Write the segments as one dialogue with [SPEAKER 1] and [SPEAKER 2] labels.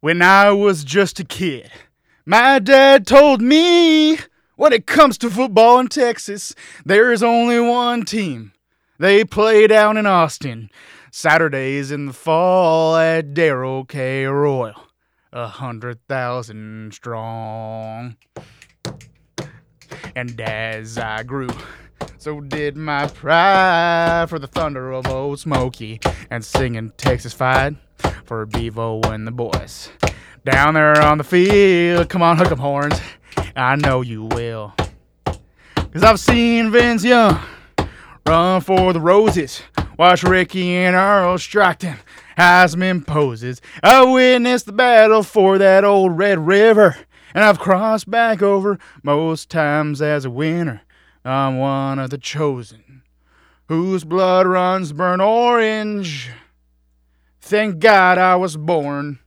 [SPEAKER 1] When I was just a kid, my dad told me when it comes to football in Texas, there is only one team. They play down in Austin, Saturdays in the fall at Daryl K. Royal, a hundred thousand strong. And as I grew, so did my pride for the thunder of Old Smoky and singing Texas Fied for Bevo and the boys. Down there on the field, come on, hook 'em horns. I know you will. Cause I've seen Vince Young run for the roses. Watch Ricky and Earl strike them. Heisman poses. I witnessed the battle for that old Red River. And I've crossed back over most times as a winner. I'm one of the chosen whose blood runs burnt orange. Thank God I was born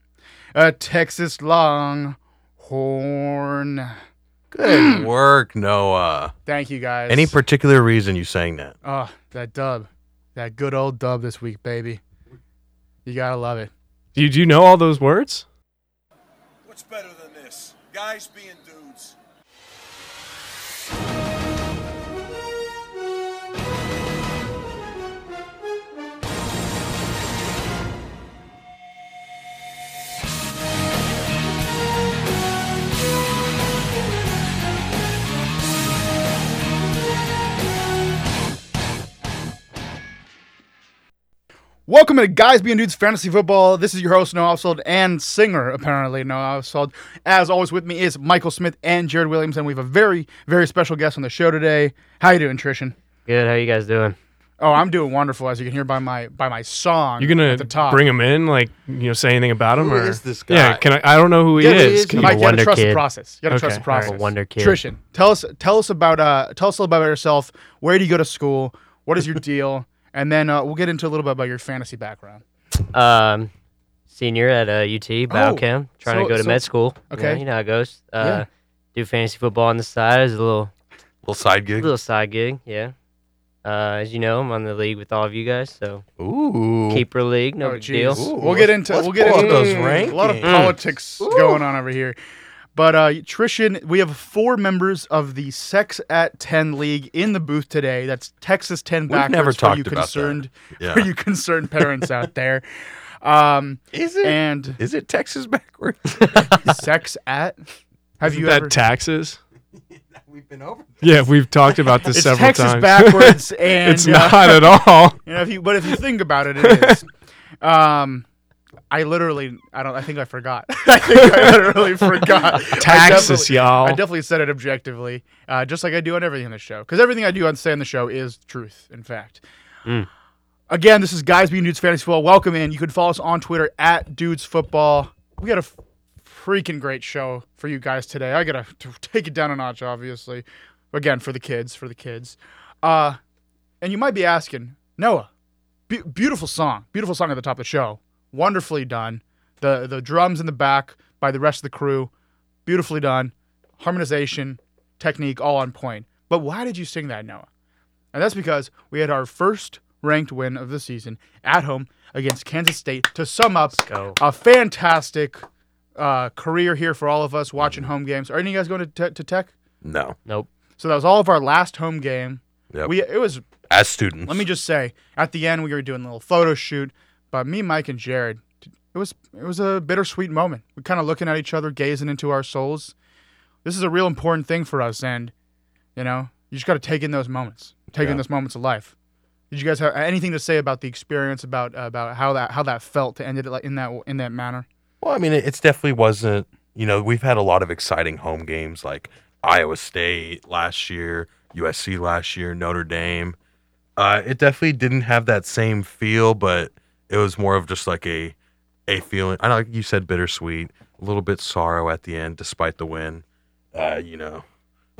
[SPEAKER 1] a Texas Longhorn.
[SPEAKER 2] Good work, Noah.
[SPEAKER 1] Thank you guys.
[SPEAKER 2] Any particular reason you sang that?
[SPEAKER 1] Oh, that dub. That good old dub this week, baby. You gotta love it.
[SPEAKER 3] Do you, do you know all those words?
[SPEAKER 4] What's better than this? Guys being dudes.
[SPEAKER 1] Welcome to Guys Being Dudes Fantasy Football. This is your host, Noah Oswald, and singer, apparently, Noah Oswald. As always, with me is Michael Smith and Jared Williams, and we have a very, very special guest on the show today. How you doing, Trishan?
[SPEAKER 5] Good. How you guys doing?
[SPEAKER 1] Oh, I'm doing wonderful, as you can hear by my by my song.
[SPEAKER 3] You're gonna
[SPEAKER 1] at the top.
[SPEAKER 3] bring him in, like you know, say anything about him,
[SPEAKER 2] Who
[SPEAKER 3] or
[SPEAKER 2] is this guy?
[SPEAKER 3] Yeah, can I? I don't know who he
[SPEAKER 2] Yeah, who
[SPEAKER 3] is.
[SPEAKER 2] is
[SPEAKER 3] Can
[SPEAKER 2] he?
[SPEAKER 3] you-
[SPEAKER 1] Mike, you gotta
[SPEAKER 5] wonder
[SPEAKER 1] trust the
[SPEAKER 5] kid.
[SPEAKER 1] process. You gotta trust the
[SPEAKER 3] Okay, all right.
[SPEAKER 1] process.
[SPEAKER 5] I'm a wonder kid.
[SPEAKER 1] Trishan, tell us tell us about uh tell us a little bit about yourself. Where do you go to school? What is your deal? And then uh, we'll get into a little bit about your fantasy background.
[SPEAKER 5] Um, senior at uh, UT Biochem, trying
[SPEAKER 1] Oh, so-
[SPEAKER 5] to go to
[SPEAKER 1] so-
[SPEAKER 5] med school. You know,
[SPEAKER 1] okay.
[SPEAKER 5] you know how it goes. Uh,
[SPEAKER 1] Yeah.
[SPEAKER 5] Do fantasy football on the side as a little
[SPEAKER 2] Little side gig.
[SPEAKER 5] little side gig. Yeah. Uh, as you know, I'm on the league with all of you guys, so
[SPEAKER 2] Ooh.
[SPEAKER 5] keeper league, no
[SPEAKER 1] Oh,
[SPEAKER 5] big
[SPEAKER 1] jeez.
[SPEAKER 5] deal. Mm.
[SPEAKER 2] Ooh,
[SPEAKER 1] We'll get into
[SPEAKER 2] let's
[SPEAKER 1] we'll get
[SPEAKER 2] pull
[SPEAKER 1] into
[SPEAKER 2] up those
[SPEAKER 1] a lot of
[SPEAKER 2] rankings.
[SPEAKER 1] politics going on over here. But uh, Trishan, we have four members of the Sex at Ten League in the booth today. That's Texas Ten
[SPEAKER 2] We've
[SPEAKER 1] backwards
[SPEAKER 2] never
[SPEAKER 1] for you
[SPEAKER 2] talked about that.
[SPEAKER 1] concerned
[SPEAKER 2] Yeah.
[SPEAKER 1] for you concerned parents out there. Um,
[SPEAKER 2] Is it?
[SPEAKER 1] and
[SPEAKER 2] Is it Texas backwards?
[SPEAKER 1] sex at have
[SPEAKER 3] Isn't
[SPEAKER 1] you
[SPEAKER 3] that
[SPEAKER 1] ever
[SPEAKER 3] taxes?
[SPEAKER 2] We've been over.
[SPEAKER 3] Yeah, we've talked about this
[SPEAKER 1] It's
[SPEAKER 3] several
[SPEAKER 1] Texas
[SPEAKER 3] times.
[SPEAKER 1] backwards, and
[SPEAKER 3] it's
[SPEAKER 1] uh,
[SPEAKER 3] not at all.
[SPEAKER 1] you know, if you but if you think about it, it is. Um, I literally, I don't. I think I forgot. I think I literally forgot. I
[SPEAKER 3] Taxes,
[SPEAKER 1] definitely-
[SPEAKER 3] y'all.
[SPEAKER 1] I definitely said it objectively, uh, just like I do on everything on the show, because everything I do on say on the show is truth. In fact. Again, this is Guys Being Dudes Fantasy Football. Welcome in. You can follow us on Twitter at Dudes Football. We got a f- freaking great show for you guys today. I gotta t- take it down a notch, obviously. Again, for the kids, for the kids. Uh, and you might be asking, Noah, be- beautiful song, beautiful song at the top of the show, wonderfully done. The the drums in the back by the rest of the crew, beautifully done. Harmonization, technique, all on point. But why did you sing that, Noah? And that's because we had our first ranked win of the season at home against Kansas State. To sum up,
[SPEAKER 5] go.
[SPEAKER 1] a fantastic uh, career here for all of us watching home games. Are any of you guys going to, te- to Tech?
[SPEAKER 2] No.
[SPEAKER 5] Nope.
[SPEAKER 1] So that was all of our last home game.
[SPEAKER 2] Yep.
[SPEAKER 1] We it was
[SPEAKER 2] As students.
[SPEAKER 1] let me just say, at the end, we were doing a little photo shoot, but me, Mike, and Jared, it was it was a bittersweet moment. We're kind of looking at each other, gazing into our souls. This is a real important thing for us, and you know, you just got to take in those moments, take in
[SPEAKER 2] Yeah.
[SPEAKER 1] those moments of life. Did you guys have anything to say about the experience, about about how that how that felt to end it like in that in that manner?
[SPEAKER 2] Well, I mean, it- it's definitely wasn't. You know, we've had a lot of exciting home games like Iowa State last year, USC last year, Notre Dame. Uh, it definitely didn't have that same feel, but it was more of just like a a feeling. I know you said bittersweet, a little bit sorrow at the end, despite the win. Uh, you know,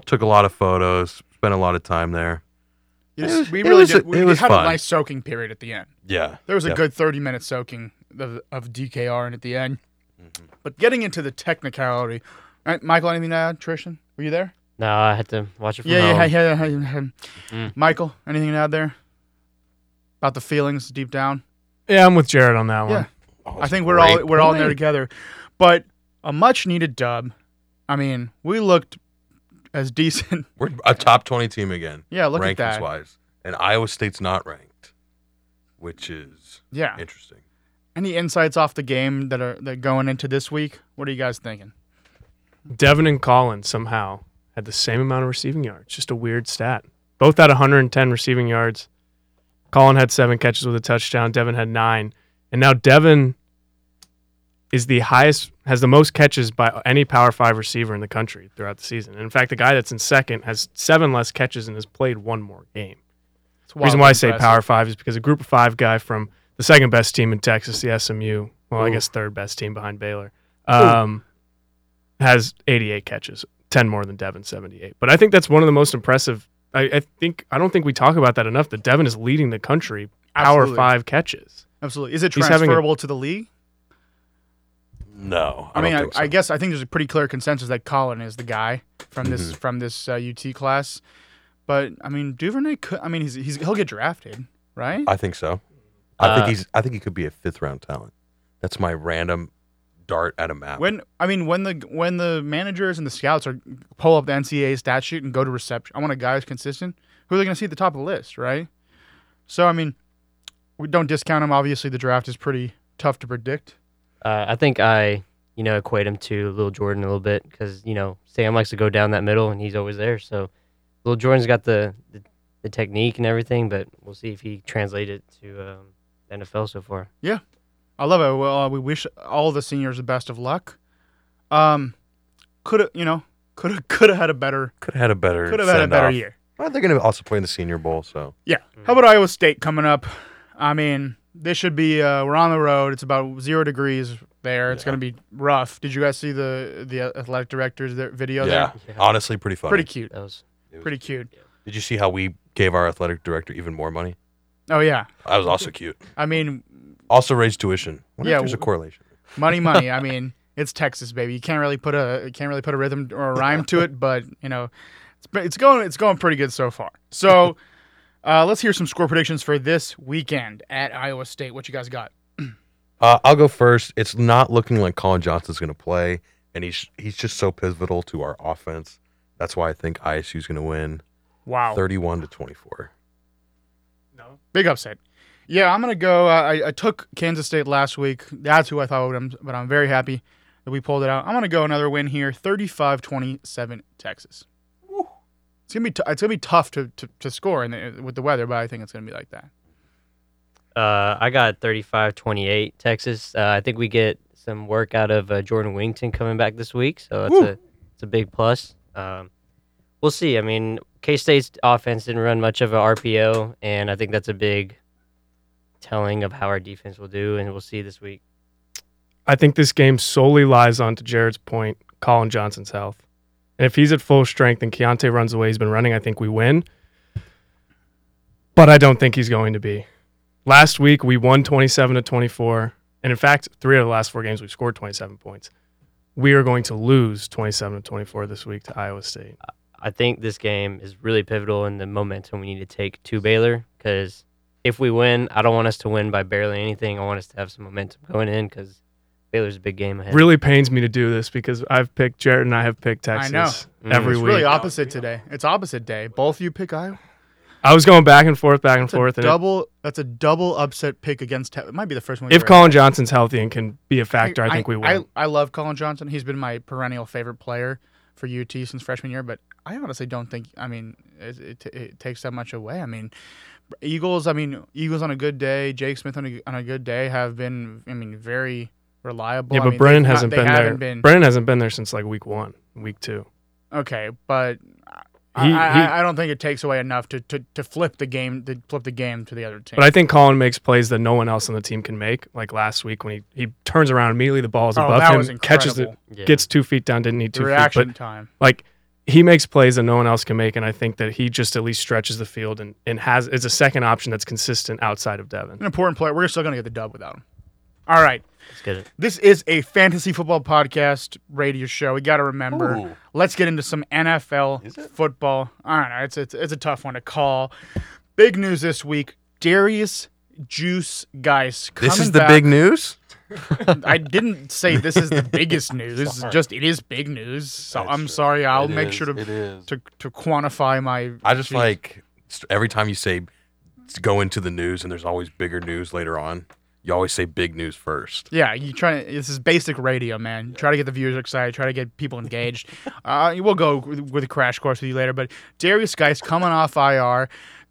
[SPEAKER 2] took a lot of photos, spent a lot of time there.
[SPEAKER 1] You
[SPEAKER 2] It
[SPEAKER 1] just-
[SPEAKER 2] was-
[SPEAKER 1] we
[SPEAKER 2] it
[SPEAKER 1] really
[SPEAKER 2] was-
[SPEAKER 1] did. We
[SPEAKER 2] it was
[SPEAKER 1] had
[SPEAKER 2] fun.
[SPEAKER 1] a nice soaking period at the end.
[SPEAKER 2] Yeah,
[SPEAKER 1] There was a
[SPEAKER 2] Yeah.
[SPEAKER 1] good 30 minute soaking of, of DKR in at the end.
[SPEAKER 3] Mm-hmm.
[SPEAKER 1] But getting into the technicality, All right, Michael, anything to add? Trishan, were you there?
[SPEAKER 5] No, I had to watch it from
[SPEAKER 1] Yeah,
[SPEAKER 5] home.
[SPEAKER 1] yeah, yeah, yeah, yeah.
[SPEAKER 3] Mm-hmm.
[SPEAKER 1] Michael, anything to add there? About the feelings deep down?
[SPEAKER 3] Yeah, I'm with Jared on that one.
[SPEAKER 1] Yeah. I think we're all
[SPEAKER 2] great
[SPEAKER 1] we're all in there
[SPEAKER 2] point.
[SPEAKER 1] together. But a much needed dub. I mean, we looked as decent.
[SPEAKER 2] We're a top 20 team again,
[SPEAKER 1] Yeah, look at
[SPEAKER 2] rankings
[SPEAKER 1] that.
[SPEAKER 2] wise. And Iowa State's not ranked, which is
[SPEAKER 1] Yeah.
[SPEAKER 2] interesting.
[SPEAKER 1] Any insights off the game that are that going into this week? What are you guys thinking?
[SPEAKER 3] Devin and Collins somehow had the same amount of receiving yards. Just a weird stat. Both had 110 receiving yards. Collin had seven catches with a touchdown. Devin had nine. And now Devin is the highest, has the most catches by any Power Five receiver in the country throughout the season. And in fact, the guy that's in second has seven less catches and has played one more game.
[SPEAKER 1] It's
[SPEAKER 3] The reason why I say
[SPEAKER 1] wildly
[SPEAKER 3] Power Five is because a Group of Five guy from the second best team in Texas, the SMU, well, I
[SPEAKER 5] Ooh.
[SPEAKER 3] guess third best team behind Baylor, um, has 88 catches, 10 more than Devin, 78. But I think that's one of the most impressive. I, I think I don't think we talk about that enough. That Devin is leading the country Power
[SPEAKER 1] Absolutely.
[SPEAKER 3] Five catches.
[SPEAKER 1] Absolutely. Is it
[SPEAKER 3] He's having a-
[SPEAKER 1] transferable to the league?
[SPEAKER 2] No, I,
[SPEAKER 1] I, mean,
[SPEAKER 2] don't
[SPEAKER 1] I,
[SPEAKER 2] think so.
[SPEAKER 1] I guess I think there's a pretty clear consensus that Colin is the guy from
[SPEAKER 2] Mm-hmm.
[SPEAKER 1] this from this uh, UT class. But I mean, Duvernay could. I mean, he's, he's he'll get drafted, right?
[SPEAKER 2] I think so. I
[SPEAKER 5] Uh,
[SPEAKER 2] think he's. I think he could be a fifth round talent. That's my random dart at a map.
[SPEAKER 1] When I mean, when the when the managers and the scouts are pull up the NCAA stat sheet and go to reception, I want a guy who's consistent. Who are they going to see at the top of the list, right? So I mean, we don't discount him. Obviously, the draft is pretty tough to predict.
[SPEAKER 5] Uh, I think I, you know, equate him to Lil Jordan a little bit because you know Sam likes to go down that middle and he's always there. So Lil Jordan's got the the, the technique and everything, but we'll see if he translates it to um, the NFL so far.
[SPEAKER 1] I love it. Well, uh, we wish all the seniors the best of luck. Um, could have you know could have could have had a better
[SPEAKER 2] Could have had a better.
[SPEAKER 1] could have had a better
[SPEAKER 2] send-off.
[SPEAKER 1] year.
[SPEAKER 2] Well, they're going to also play in the Senior Bowl, so
[SPEAKER 1] Yeah. How about Iowa State coming up? I mean, this should be. Uh, we're on the road. It's about zero degrees there. It's
[SPEAKER 2] Yeah.
[SPEAKER 1] going to be rough. Did you guys see the the athletic director's their video?
[SPEAKER 2] yeah.
[SPEAKER 1] there?
[SPEAKER 5] Yeah.
[SPEAKER 2] Honestly, pretty funny.
[SPEAKER 1] Pretty cute.
[SPEAKER 5] That was
[SPEAKER 1] Pretty cute.
[SPEAKER 2] Did you see how we gave our athletic director even more money?
[SPEAKER 1] Oh yeah.
[SPEAKER 2] That was also cute.
[SPEAKER 1] I mean,
[SPEAKER 2] Also raised tuition. Wonder
[SPEAKER 1] Yeah,
[SPEAKER 2] if there's a
[SPEAKER 1] w-
[SPEAKER 2] correlation.
[SPEAKER 1] money, money. I mean, it's Texas, baby. You can't really put a you can't really put a rhythm or a rhyme to it, but you know, it's been- it's going it's going pretty good so far. So, uh, let's hear some score predictions for this weekend at Iowa State. What you guys got?
[SPEAKER 2] Uh, I'll go first. It's not looking like Colin Johnson's going to play, and he's he's just so pivotal to our offense. That's why I think ISU's going to win,
[SPEAKER 1] Wow.
[SPEAKER 2] thirty-one to twenty-four.
[SPEAKER 1] Big upset. Yeah, I'm gonna go. Uh, I, I took Kansas State last week. That's who I thought would. I'm- But I'm very happy that we pulled it out. I'm gonna go another win here, 35-27 Texas. It's gonna be t- it's gonna be tough to, to, to score in the, with the weather, but I think it's gonna be like that.
[SPEAKER 5] Uh, I got 35 28 Texas. Uh, I think we get some work out of uh, Jordan Wington coming back this week. So that's
[SPEAKER 1] Woo.
[SPEAKER 5] a, it's a big plus. Um, we'll see. I mean, K State's offense didn't run much of a RPO, and I think that's a big telling of how our defense will do, and we'll see this week.
[SPEAKER 3] I think this game solely lies on, to Jared's point, Colin Johnson's health. And if he's at full strength and Keontae runs the way he's been running, I think we win. But I don't think he's going to be. Last week, we won 27 to 24. And in fact, three of the last four games, we've scored 27 points. We are going to lose 27 to 24 this week to Iowa State.
[SPEAKER 5] I think this game is really pivotal in the momentum we need to take to Baylor because if we win, I don't want us to win by barely anything. I want us to have some momentum going in because Baylor's a big game ahead.
[SPEAKER 3] Really pains me to do this because I've picked Jared and I have picked Texas
[SPEAKER 5] know.
[SPEAKER 3] every
[SPEAKER 1] It's
[SPEAKER 3] week.
[SPEAKER 1] really opposite today. It's opposite day. Both of you pick Iowa.
[SPEAKER 3] I was going back and forth, back and
[SPEAKER 1] That's
[SPEAKER 3] forth.
[SPEAKER 1] a
[SPEAKER 3] and it-
[SPEAKER 1] double. That's a double upset pick against. Te- it might be the first one.
[SPEAKER 3] if
[SPEAKER 1] we've ever-
[SPEAKER 3] Colin Johnson's healthy and can be a factor, I, think we win.
[SPEAKER 1] I, I love Colin Johnson. He's been my perennial favorite player for UT since freshman year, but I honestly don't think. I mean, it, it, it takes that much away. I mean, Eagles. I mean, Eagles on a good day, Jake Smith on a, on a good day have been. I mean, very reliable.
[SPEAKER 3] yeah,
[SPEAKER 1] I
[SPEAKER 3] but
[SPEAKER 1] mean,
[SPEAKER 3] Brennan
[SPEAKER 1] they've not-
[SPEAKER 3] hasn't
[SPEAKER 1] they
[SPEAKER 3] been there.
[SPEAKER 1] haven't been-
[SPEAKER 3] Brennan hasn't been there since like week one, week two.
[SPEAKER 1] okay, but. I,
[SPEAKER 3] He-
[SPEAKER 1] I,
[SPEAKER 3] he-
[SPEAKER 1] I- I don't think it takes away enough to, to, to flip the game to flip the game to the other team.
[SPEAKER 3] But I think Colin makes plays that no one else on the team can make. Like last week when he, he turns around immediately, the ball is
[SPEAKER 1] oh,
[SPEAKER 3] above
[SPEAKER 1] that
[SPEAKER 3] him,
[SPEAKER 1] was
[SPEAKER 3] catches it,
[SPEAKER 1] incredible.
[SPEAKER 5] Yeah.
[SPEAKER 3] gets two feet down, didn't need
[SPEAKER 1] The
[SPEAKER 3] two
[SPEAKER 1] reaction
[SPEAKER 3] feet. But
[SPEAKER 1] time.
[SPEAKER 3] like he makes plays that no one else can make, and I think that he just at least stretches the field and, and has is a second option that's consistent outside of Devin.
[SPEAKER 1] An important player. We're still gonna get the dub without him. All right.
[SPEAKER 5] Let's get it.
[SPEAKER 1] This is a fantasy football podcast radio show. We got to remember.
[SPEAKER 2] Ooh.
[SPEAKER 1] Let's get into some
[SPEAKER 2] Is
[SPEAKER 1] NFL
[SPEAKER 2] it?
[SPEAKER 1] football. I don't know. It's, it's it's a tough one to call. Big news this week: Darius Juice Guys.
[SPEAKER 2] This
[SPEAKER 1] coming
[SPEAKER 2] is the
[SPEAKER 1] back.
[SPEAKER 2] big news.
[SPEAKER 1] I didn't say this is the biggest news. It's Just it is big news. So
[SPEAKER 2] That's
[SPEAKER 1] I'm
[SPEAKER 2] true.
[SPEAKER 1] sorry. I'll
[SPEAKER 2] It
[SPEAKER 1] make
[SPEAKER 2] is,
[SPEAKER 1] sure to,
[SPEAKER 2] It is.
[SPEAKER 1] to to quantify my.
[SPEAKER 2] I just like st- every time you say s- go into the news, and there's always bigger news later on. You always say big news first.
[SPEAKER 1] Yeah, you try. This is basic radio, man. Try to get the viewers excited. Try to get people engaged. uh, we'll go with with a crash course with you later. But Darius Geis coming off IR,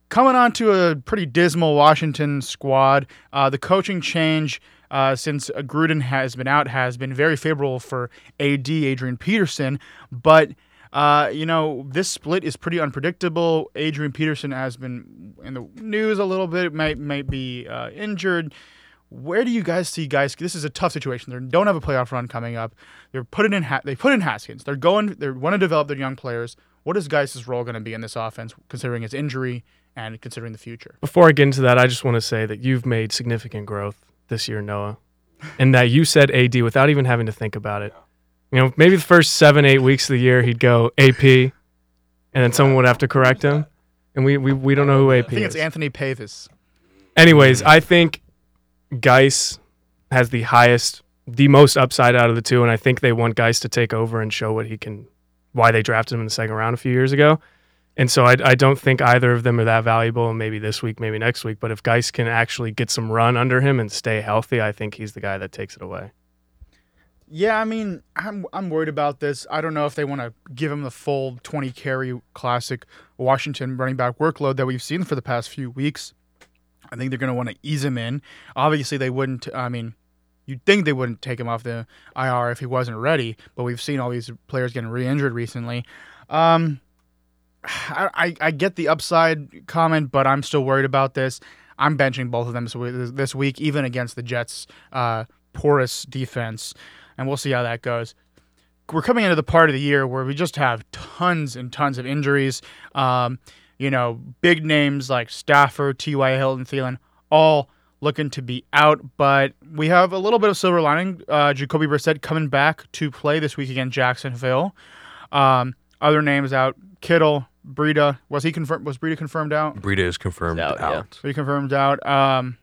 [SPEAKER 1] coming on to a pretty dismal Washington squad. Uh, the coaching change uh, since uh, Gruden has been out has been very favorable for AD Adrian Peterson, but. Uh, you know, this split is pretty unpredictable. Adrian Peterson has been in the news a little bit, might, might be uh, injured. Where do you guys see guys? This is a tough situation. They don't have a playoff run coming up. They're putting in. Ha- they put in Haskins. They're going. They want to develop their young players. What is Geis' role going to be in this offense, considering his injury and considering the future?
[SPEAKER 3] Before I get into that, I just want to say that you've made significant growth this year, Noah, and that you said AD without even having to think about it. You know, maybe the first seven, eight weeks of the year, he'd go AP, and then someone would have to correct him. And we, we, we don't know who AP
[SPEAKER 1] I think it's
[SPEAKER 3] is.
[SPEAKER 1] Anthony Pavis.
[SPEAKER 3] Anyways, I think Geis has the highest, the most upside out of the two, and I think they want Geis to take over and show what he can, why they drafted him in the second round a few years ago. And so I, I don't think either of them are that valuable. Maybe this week, maybe next week. But if Geis can actually get some run under him and stay healthy, I think he's the guy that takes it away.
[SPEAKER 1] Yeah, I mean, I'm I'm worried about this. I don't know if they want to give him the full 20 carry classic Washington running back workload that we've seen for the past few weeks. I think they're going to want to ease him in. Obviously, they wouldn't. I mean, you'd think they wouldn't take him off the IR if he wasn't ready, but we've seen all these players getting re-injured recently. Um, I, I I get the upside comment, but I'm still worried about this. I'm benching both of them this we- this week, even against the Jets' uh, porous defense, and we'll see how that goes. We're coming into the part of the year where we just have tons and tons of injuries. Um, you know, big names like Stafford, T.Y. Hilton, Thielen, all looking to be out, but we have a little bit of silver lining. Uh, Jacoby Brissett coming back to play this week against Jacksonville. Um, other names out: Kittle, Breida. Was he confirmed? Was Breida confirmed out?
[SPEAKER 2] Breida is confirmed
[SPEAKER 5] Out,
[SPEAKER 2] out.
[SPEAKER 5] yeah.
[SPEAKER 1] Three confirmed out. Um,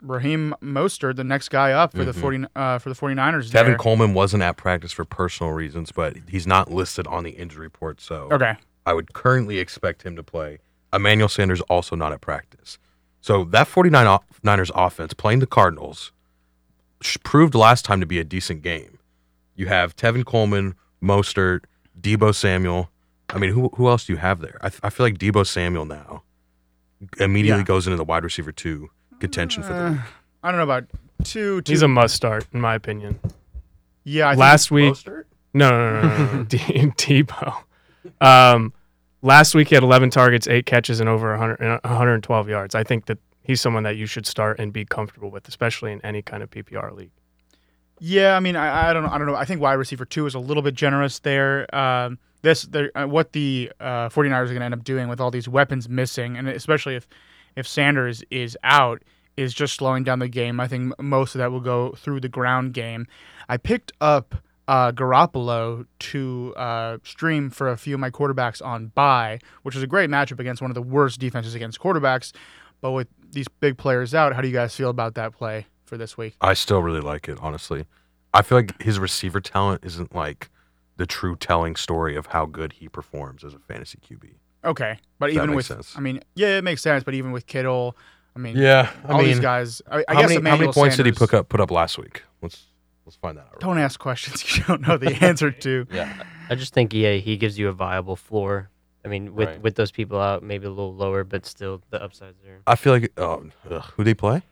[SPEAKER 1] Raheem Mostert, the next guy up for the
[SPEAKER 2] Mhm.
[SPEAKER 3] Mm-hmm.
[SPEAKER 1] 40 uh, for the 49ers.
[SPEAKER 2] Tevin
[SPEAKER 1] there.
[SPEAKER 2] Coleman wasn't at practice for personal reasons, but he's not listed on the injury report, so
[SPEAKER 1] Okay.
[SPEAKER 2] I would currently expect him to play. Emmanuel Sanders also not at practice. So that 49ers offense playing the Cardinals sh- proved last time to be a decent game. You have Tevin Coleman, Mostert, Debo Samuel. I mean, who who else do you have there? I, th- I feel like Debo Samuel now immediately
[SPEAKER 1] Yeah.
[SPEAKER 2] goes into the wide receiver two contention for
[SPEAKER 1] Uh,
[SPEAKER 2] them.
[SPEAKER 1] I don't know about two. two
[SPEAKER 3] He's a must start, in my opinion.
[SPEAKER 1] yeah. I think-
[SPEAKER 3] Last week,
[SPEAKER 2] Mostert?
[SPEAKER 3] No, no, no, no, no, no. D- Debo. Um, last week he had 11 targets, eight catches, and over 100, and 112 yards. I think that he's someone that you should start and be comfortable with, especially in any kind of PPR league.
[SPEAKER 1] Yeah, I mean, I, I don't, I don't know. I think wide receiver two is a little bit generous there. Um, this, the, uh, what the uh, 49ers are going to end up doing with all these weapons missing, and especially if, if Sanders is out, is just slowing down the game. I think m- most of that will go through the ground game. I picked up uh, Garoppolo to uh, stream for a few of my quarterbacks on bye, which is a great matchup against one of the worst defenses against quarterbacks. But with these big players out, how do you guys feel about that play for this week?
[SPEAKER 2] I still really like it, honestly. I feel like his receiver talent isn't like the true telling story of how good he performs as a fantasy QB.
[SPEAKER 1] Okay, but
[SPEAKER 2] That
[SPEAKER 1] even with
[SPEAKER 2] makes sense.
[SPEAKER 1] I mean, yeah, it makes sense. But even with Kittle, I mean,
[SPEAKER 2] Yeah, I
[SPEAKER 1] all
[SPEAKER 2] mean,
[SPEAKER 1] these guys. I, I guess
[SPEAKER 2] how, many, how many
[SPEAKER 1] Emmanuel
[SPEAKER 2] points did he
[SPEAKER 1] Sanders-
[SPEAKER 2] pick up put up last week? Let's let's find that out.
[SPEAKER 1] Don't ask questions you don't know the answer to.
[SPEAKER 2] Yeah,
[SPEAKER 5] I just think EA he gives you a viable floor. I mean, with
[SPEAKER 2] Right.
[SPEAKER 5] with those people out, maybe a little lower, but still the upsides there.
[SPEAKER 2] I feel like um, ugh, who they play?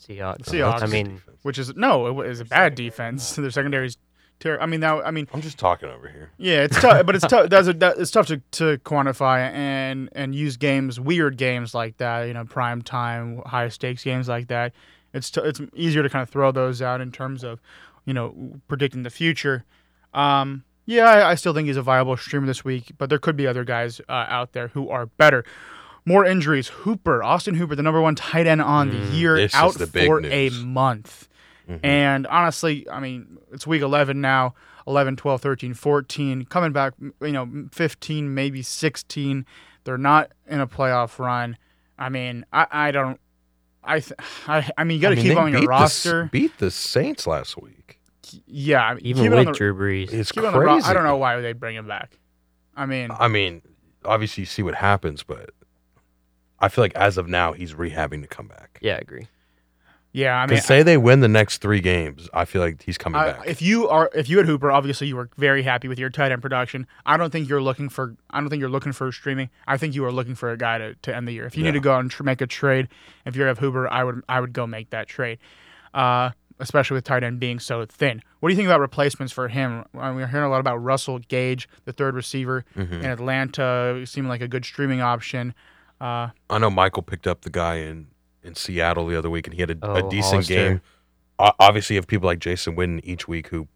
[SPEAKER 5] Seahawks.
[SPEAKER 1] Seahawks.
[SPEAKER 5] I mean,
[SPEAKER 1] Which is no, it wa- is a bad defense. Their secondary's terrible. I mean, now I mean,
[SPEAKER 2] I'm just talking over here.
[SPEAKER 1] yeah, it's tough, but it's tough. That's a, that, it's tough to, to quantify and and use games, weird games like that. You know, prime time, high stakes games like that. It's t- it's easier to kind of throw those out in terms of, you know, predicting the future. Um, yeah, I, I still think he's a viable streamer this week, but there could be other guys uh, out there who are better. More injuries. Hooper, Austin Hooper, the number one tight end on the year,
[SPEAKER 2] Mm, this is
[SPEAKER 1] out
[SPEAKER 2] the big
[SPEAKER 1] for
[SPEAKER 2] news.
[SPEAKER 1] a month.
[SPEAKER 2] Mhm.
[SPEAKER 1] And honestly, I mean, it's week 11 now 11, 12, 13, 14, coming back, m- you know, 15, maybe 16. They're not in a playoff run. I mean, I, I don't. I, th- I, I mean, you got to
[SPEAKER 2] I mean,
[SPEAKER 1] keep
[SPEAKER 2] they
[SPEAKER 1] on
[SPEAKER 2] beat
[SPEAKER 1] your
[SPEAKER 2] the S-
[SPEAKER 1] roster.
[SPEAKER 2] beat the Saints last week.
[SPEAKER 1] yeah, I mean,
[SPEAKER 5] Even
[SPEAKER 1] keep it on
[SPEAKER 5] with
[SPEAKER 1] the,
[SPEAKER 5] Drew Brees.
[SPEAKER 2] It's
[SPEAKER 1] keep it
[SPEAKER 2] crazy. Uh,
[SPEAKER 1] on the ro- I don't know why they bring him back. I mean,
[SPEAKER 2] I mean, obviously you see what happens, but I feel like as of now he's rehabbing to come back.
[SPEAKER 5] yeah, I agree.
[SPEAKER 1] yeah, I
[SPEAKER 2] 'Cause
[SPEAKER 1] mean,
[SPEAKER 2] say they win the next three games, I feel like he's coming
[SPEAKER 1] I,
[SPEAKER 2] back.
[SPEAKER 1] if you are, if you had Hooper, obviously you were very happy with your tight end production. I don't think you're looking for, I don't think you're looking for streaming. I think you are looking for a guy to, to end the year. If you
[SPEAKER 2] Yeah.
[SPEAKER 1] need to go out and tr- make a trade, if you have Hooper, I would, I would go make that trade. Uh, especially with tight end being so thin. What do you think about replacements for him? I mean, we're hearing a lot about Russell Gage, the third receiver
[SPEAKER 2] Mhm.
[SPEAKER 1] in Atlanta, seeming like a good streaming option. Uh,
[SPEAKER 2] I know Michael picked up the guy in in Seattle the other week, and he had a, a
[SPEAKER 5] Oh,
[SPEAKER 2] decent
[SPEAKER 5] Hollister.
[SPEAKER 2] game. O- obviously, you have people like Jason Witten each week who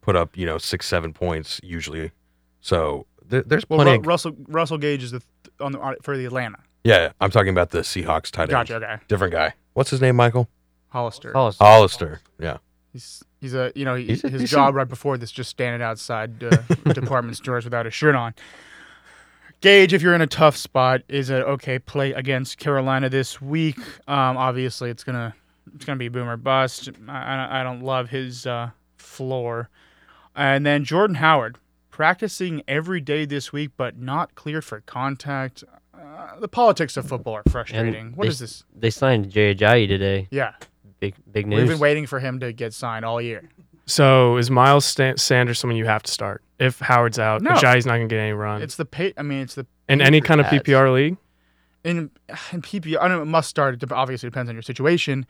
[SPEAKER 2] put up you know six, seven points usually. So there, there's
[SPEAKER 1] well,
[SPEAKER 2] plenty.
[SPEAKER 1] Ru-
[SPEAKER 2] of,
[SPEAKER 1] Russell Russell Gage is the th- on the for the Atlanta.
[SPEAKER 2] yeah, I'm talking about the Seahawks tight end.
[SPEAKER 1] Gotcha. Okay,
[SPEAKER 2] Different guy. What's his name? Michael
[SPEAKER 1] Hollister.
[SPEAKER 5] Hollis-
[SPEAKER 2] Hollister. Yeah.
[SPEAKER 1] He's he's a you know he,
[SPEAKER 2] He's a
[SPEAKER 1] his
[SPEAKER 2] decent-
[SPEAKER 1] job right before this just standing outside uh, department stores without a shirt on. Gage, if you're in a tough spot, is a okay play against Carolina this week. Um, obviously, it's gonna it's gonna be boom or bust. I- I, I don't love his uh, floor. And then Jordan Howard practicing every day this week, but not cleared for contact. Uh, the politics of football are frustrating. What
[SPEAKER 5] they-
[SPEAKER 1] is this?
[SPEAKER 5] They signed Jay Ajayi today.
[SPEAKER 1] Yeah,
[SPEAKER 5] Big big
[SPEAKER 1] we've
[SPEAKER 5] news.
[SPEAKER 1] been waiting for him to get signed all year.
[SPEAKER 3] So is Miles Stan- Sanders someone you have to start if Howard's out?
[SPEAKER 1] No.
[SPEAKER 3] Ajayi's not going to get any
[SPEAKER 5] Um,
[SPEAKER 3] runs
[SPEAKER 1] It's the pay. I mean, it's the
[SPEAKER 3] in any kind of
[SPEAKER 5] Yes.
[SPEAKER 3] PPR league.
[SPEAKER 1] in in PPR, I don't know, it must start. It dep- obviously depends on your situation.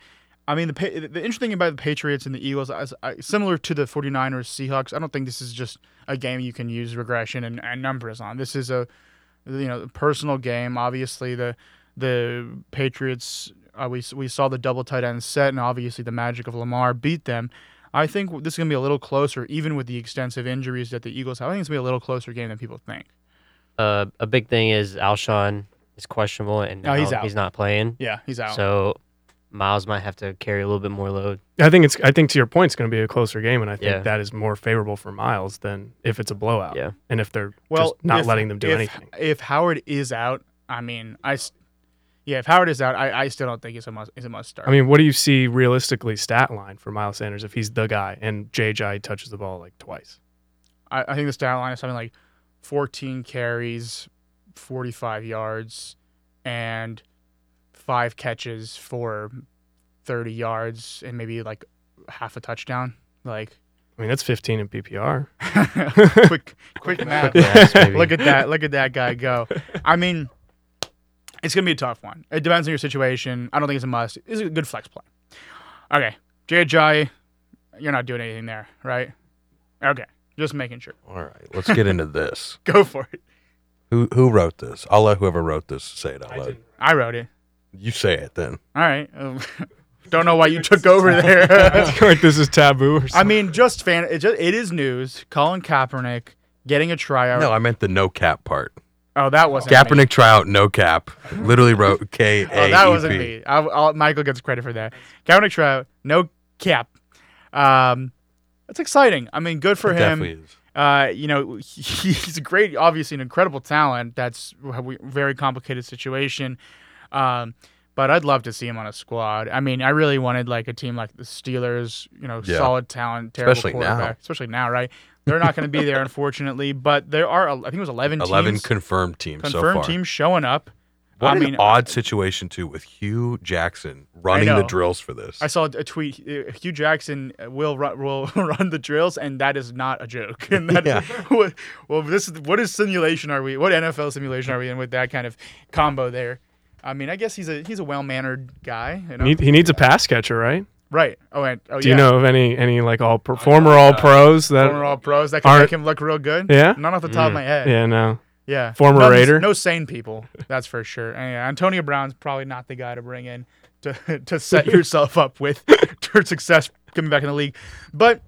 [SPEAKER 1] I mean, the Pa- the the interesting thing about the Patriots and the Eagles, is, I, similar to the 49ers, Seahawks, I don't think this is just a game you can use regression and, and numbers on. This is a you know personal game. Obviously, the the Patriots, uh, we s- we saw the double tight end set, and obviously the magic of Lamar beat them. I think this is gonna be a little closer, even with the extensive injuries that the Eagles have. I think it's gonna be a little closer game than people think.
[SPEAKER 5] uh, a big thing is Alshon is questionable and
[SPEAKER 1] No, he's
[SPEAKER 5] now
[SPEAKER 1] out.
[SPEAKER 5] he's not playing.
[SPEAKER 1] Yeah, he's out.
[SPEAKER 5] So Miles might have to carry a little bit more load.
[SPEAKER 3] I think it's. I think to your point, it's going to be a closer game, and I think
[SPEAKER 5] Yeah.
[SPEAKER 3] that is more favorable for Miles than if it's a blowout.
[SPEAKER 5] Yeah.
[SPEAKER 3] And if they're
[SPEAKER 1] well,
[SPEAKER 3] just not
[SPEAKER 1] if-
[SPEAKER 3] letting them do
[SPEAKER 1] if-
[SPEAKER 3] anything.
[SPEAKER 1] If Howard is out, I mean, I, s- yeah, if Howard is out, I, I still don't think it's a must. It's a must start.
[SPEAKER 3] I mean, what do you see realistically stat line for Miles Sanders if he's the guy and JJ touches the ball like twice?
[SPEAKER 1] I, I think the stat line is something like 14 carries, 45 yards, and five catches for 30 yards and maybe like half a touchdown. Like
[SPEAKER 3] I mean, that's 15 in PPR.
[SPEAKER 1] quick, quick math.
[SPEAKER 5] Yes, maybe.
[SPEAKER 1] Look at that! Look at that guy go. I mean, it's gonna be a tough one. It depends on your situation. I don't think it's a must. It's a good flex play. Okay, JJ, you're not doing anything there, right? Okay, just making sure.
[SPEAKER 2] All right. Let's get into this.
[SPEAKER 1] Go for it.
[SPEAKER 2] Who who wrote this? I'll let whoever wrote this say it out loud.
[SPEAKER 1] I wrote it.
[SPEAKER 2] You say it then.
[SPEAKER 1] All right. Um, don't know why you took over there.
[SPEAKER 3] like this is taboo or something.
[SPEAKER 1] I mean, just fan. It, just, it is news. Colin Kaepernick getting a tryout.
[SPEAKER 2] No, I meant the no cap part.
[SPEAKER 1] Oh, that wasn't me.
[SPEAKER 2] Kaepernick tryout, no cap. Literally wrote K A E P.
[SPEAKER 1] Oh, that wasn't me. I'll, I'll, Michael gets credit for that. Kaepernick Trout, no cap. Um, that's exciting. I mean, good for him.
[SPEAKER 2] Definitely is.
[SPEAKER 1] Uh, you know, he- he's a great, obviously an incredible talent. That's a we- very complicated situation. Um, but I'd love to see him on a squad. I mean, I really wanted like a team like the Steelers. You know,
[SPEAKER 2] Yeah.
[SPEAKER 1] solid talent, terrible
[SPEAKER 2] Especially now.
[SPEAKER 1] quarterback. Especially now, right? They're not going to be there, unfortunately. But there are, I think it was eleven,
[SPEAKER 2] Eleven
[SPEAKER 1] teams,
[SPEAKER 2] confirmed teams so
[SPEAKER 1] confirmed
[SPEAKER 2] far.
[SPEAKER 1] teams showing up.
[SPEAKER 2] What
[SPEAKER 1] I
[SPEAKER 2] an
[SPEAKER 1] mean,
[SPEAKER 2] odd situation too with Hugh Jackson running
[SPEAKER 1] know.
[SPEAKER 2] the drills for this.
[SPEAKER 1] I saw a tweet. uh, Hugh Jackson will run, will run the drills, and that is not a joke. And that,
[SPEAKER 2] Yeah.
[SPEAKER 1] well, well, this is what is simulation are we? What NFL simulation are we in with that kind of combo there? I mean, I guess he's a he's a well mannered guy. You know?
[SPEAKER 3] Need- he needs a pass catcher, right?
[SPEAKER 1] right. Oh, and oh
[SPEAKER 3] Do
[SPEAKER 1] yeah.
[SPEAKER 3] you know of any any like all pro, former all pros that?
[SPEAKER 1] Former all pros that can
[SPEAKER 3] Aren't-
[SPEAKER 1] make him look real good.
[SPEAKER 3] Yeah? Mm.
[SPEAKER 1] None off the top of my head.
[SPEAKER 3] yeah, no.
[SPEAKER 1] Yeah.
[SPEAKER 3] Former
[SPEAKER 1] no,
[SPEAKER 3] Raider.
[SPEAKER 1] No sane people, that's for sure. And yeah, Antonio Brown's probably not the guy to bring in to to set yourself up with for success coming back in the league. But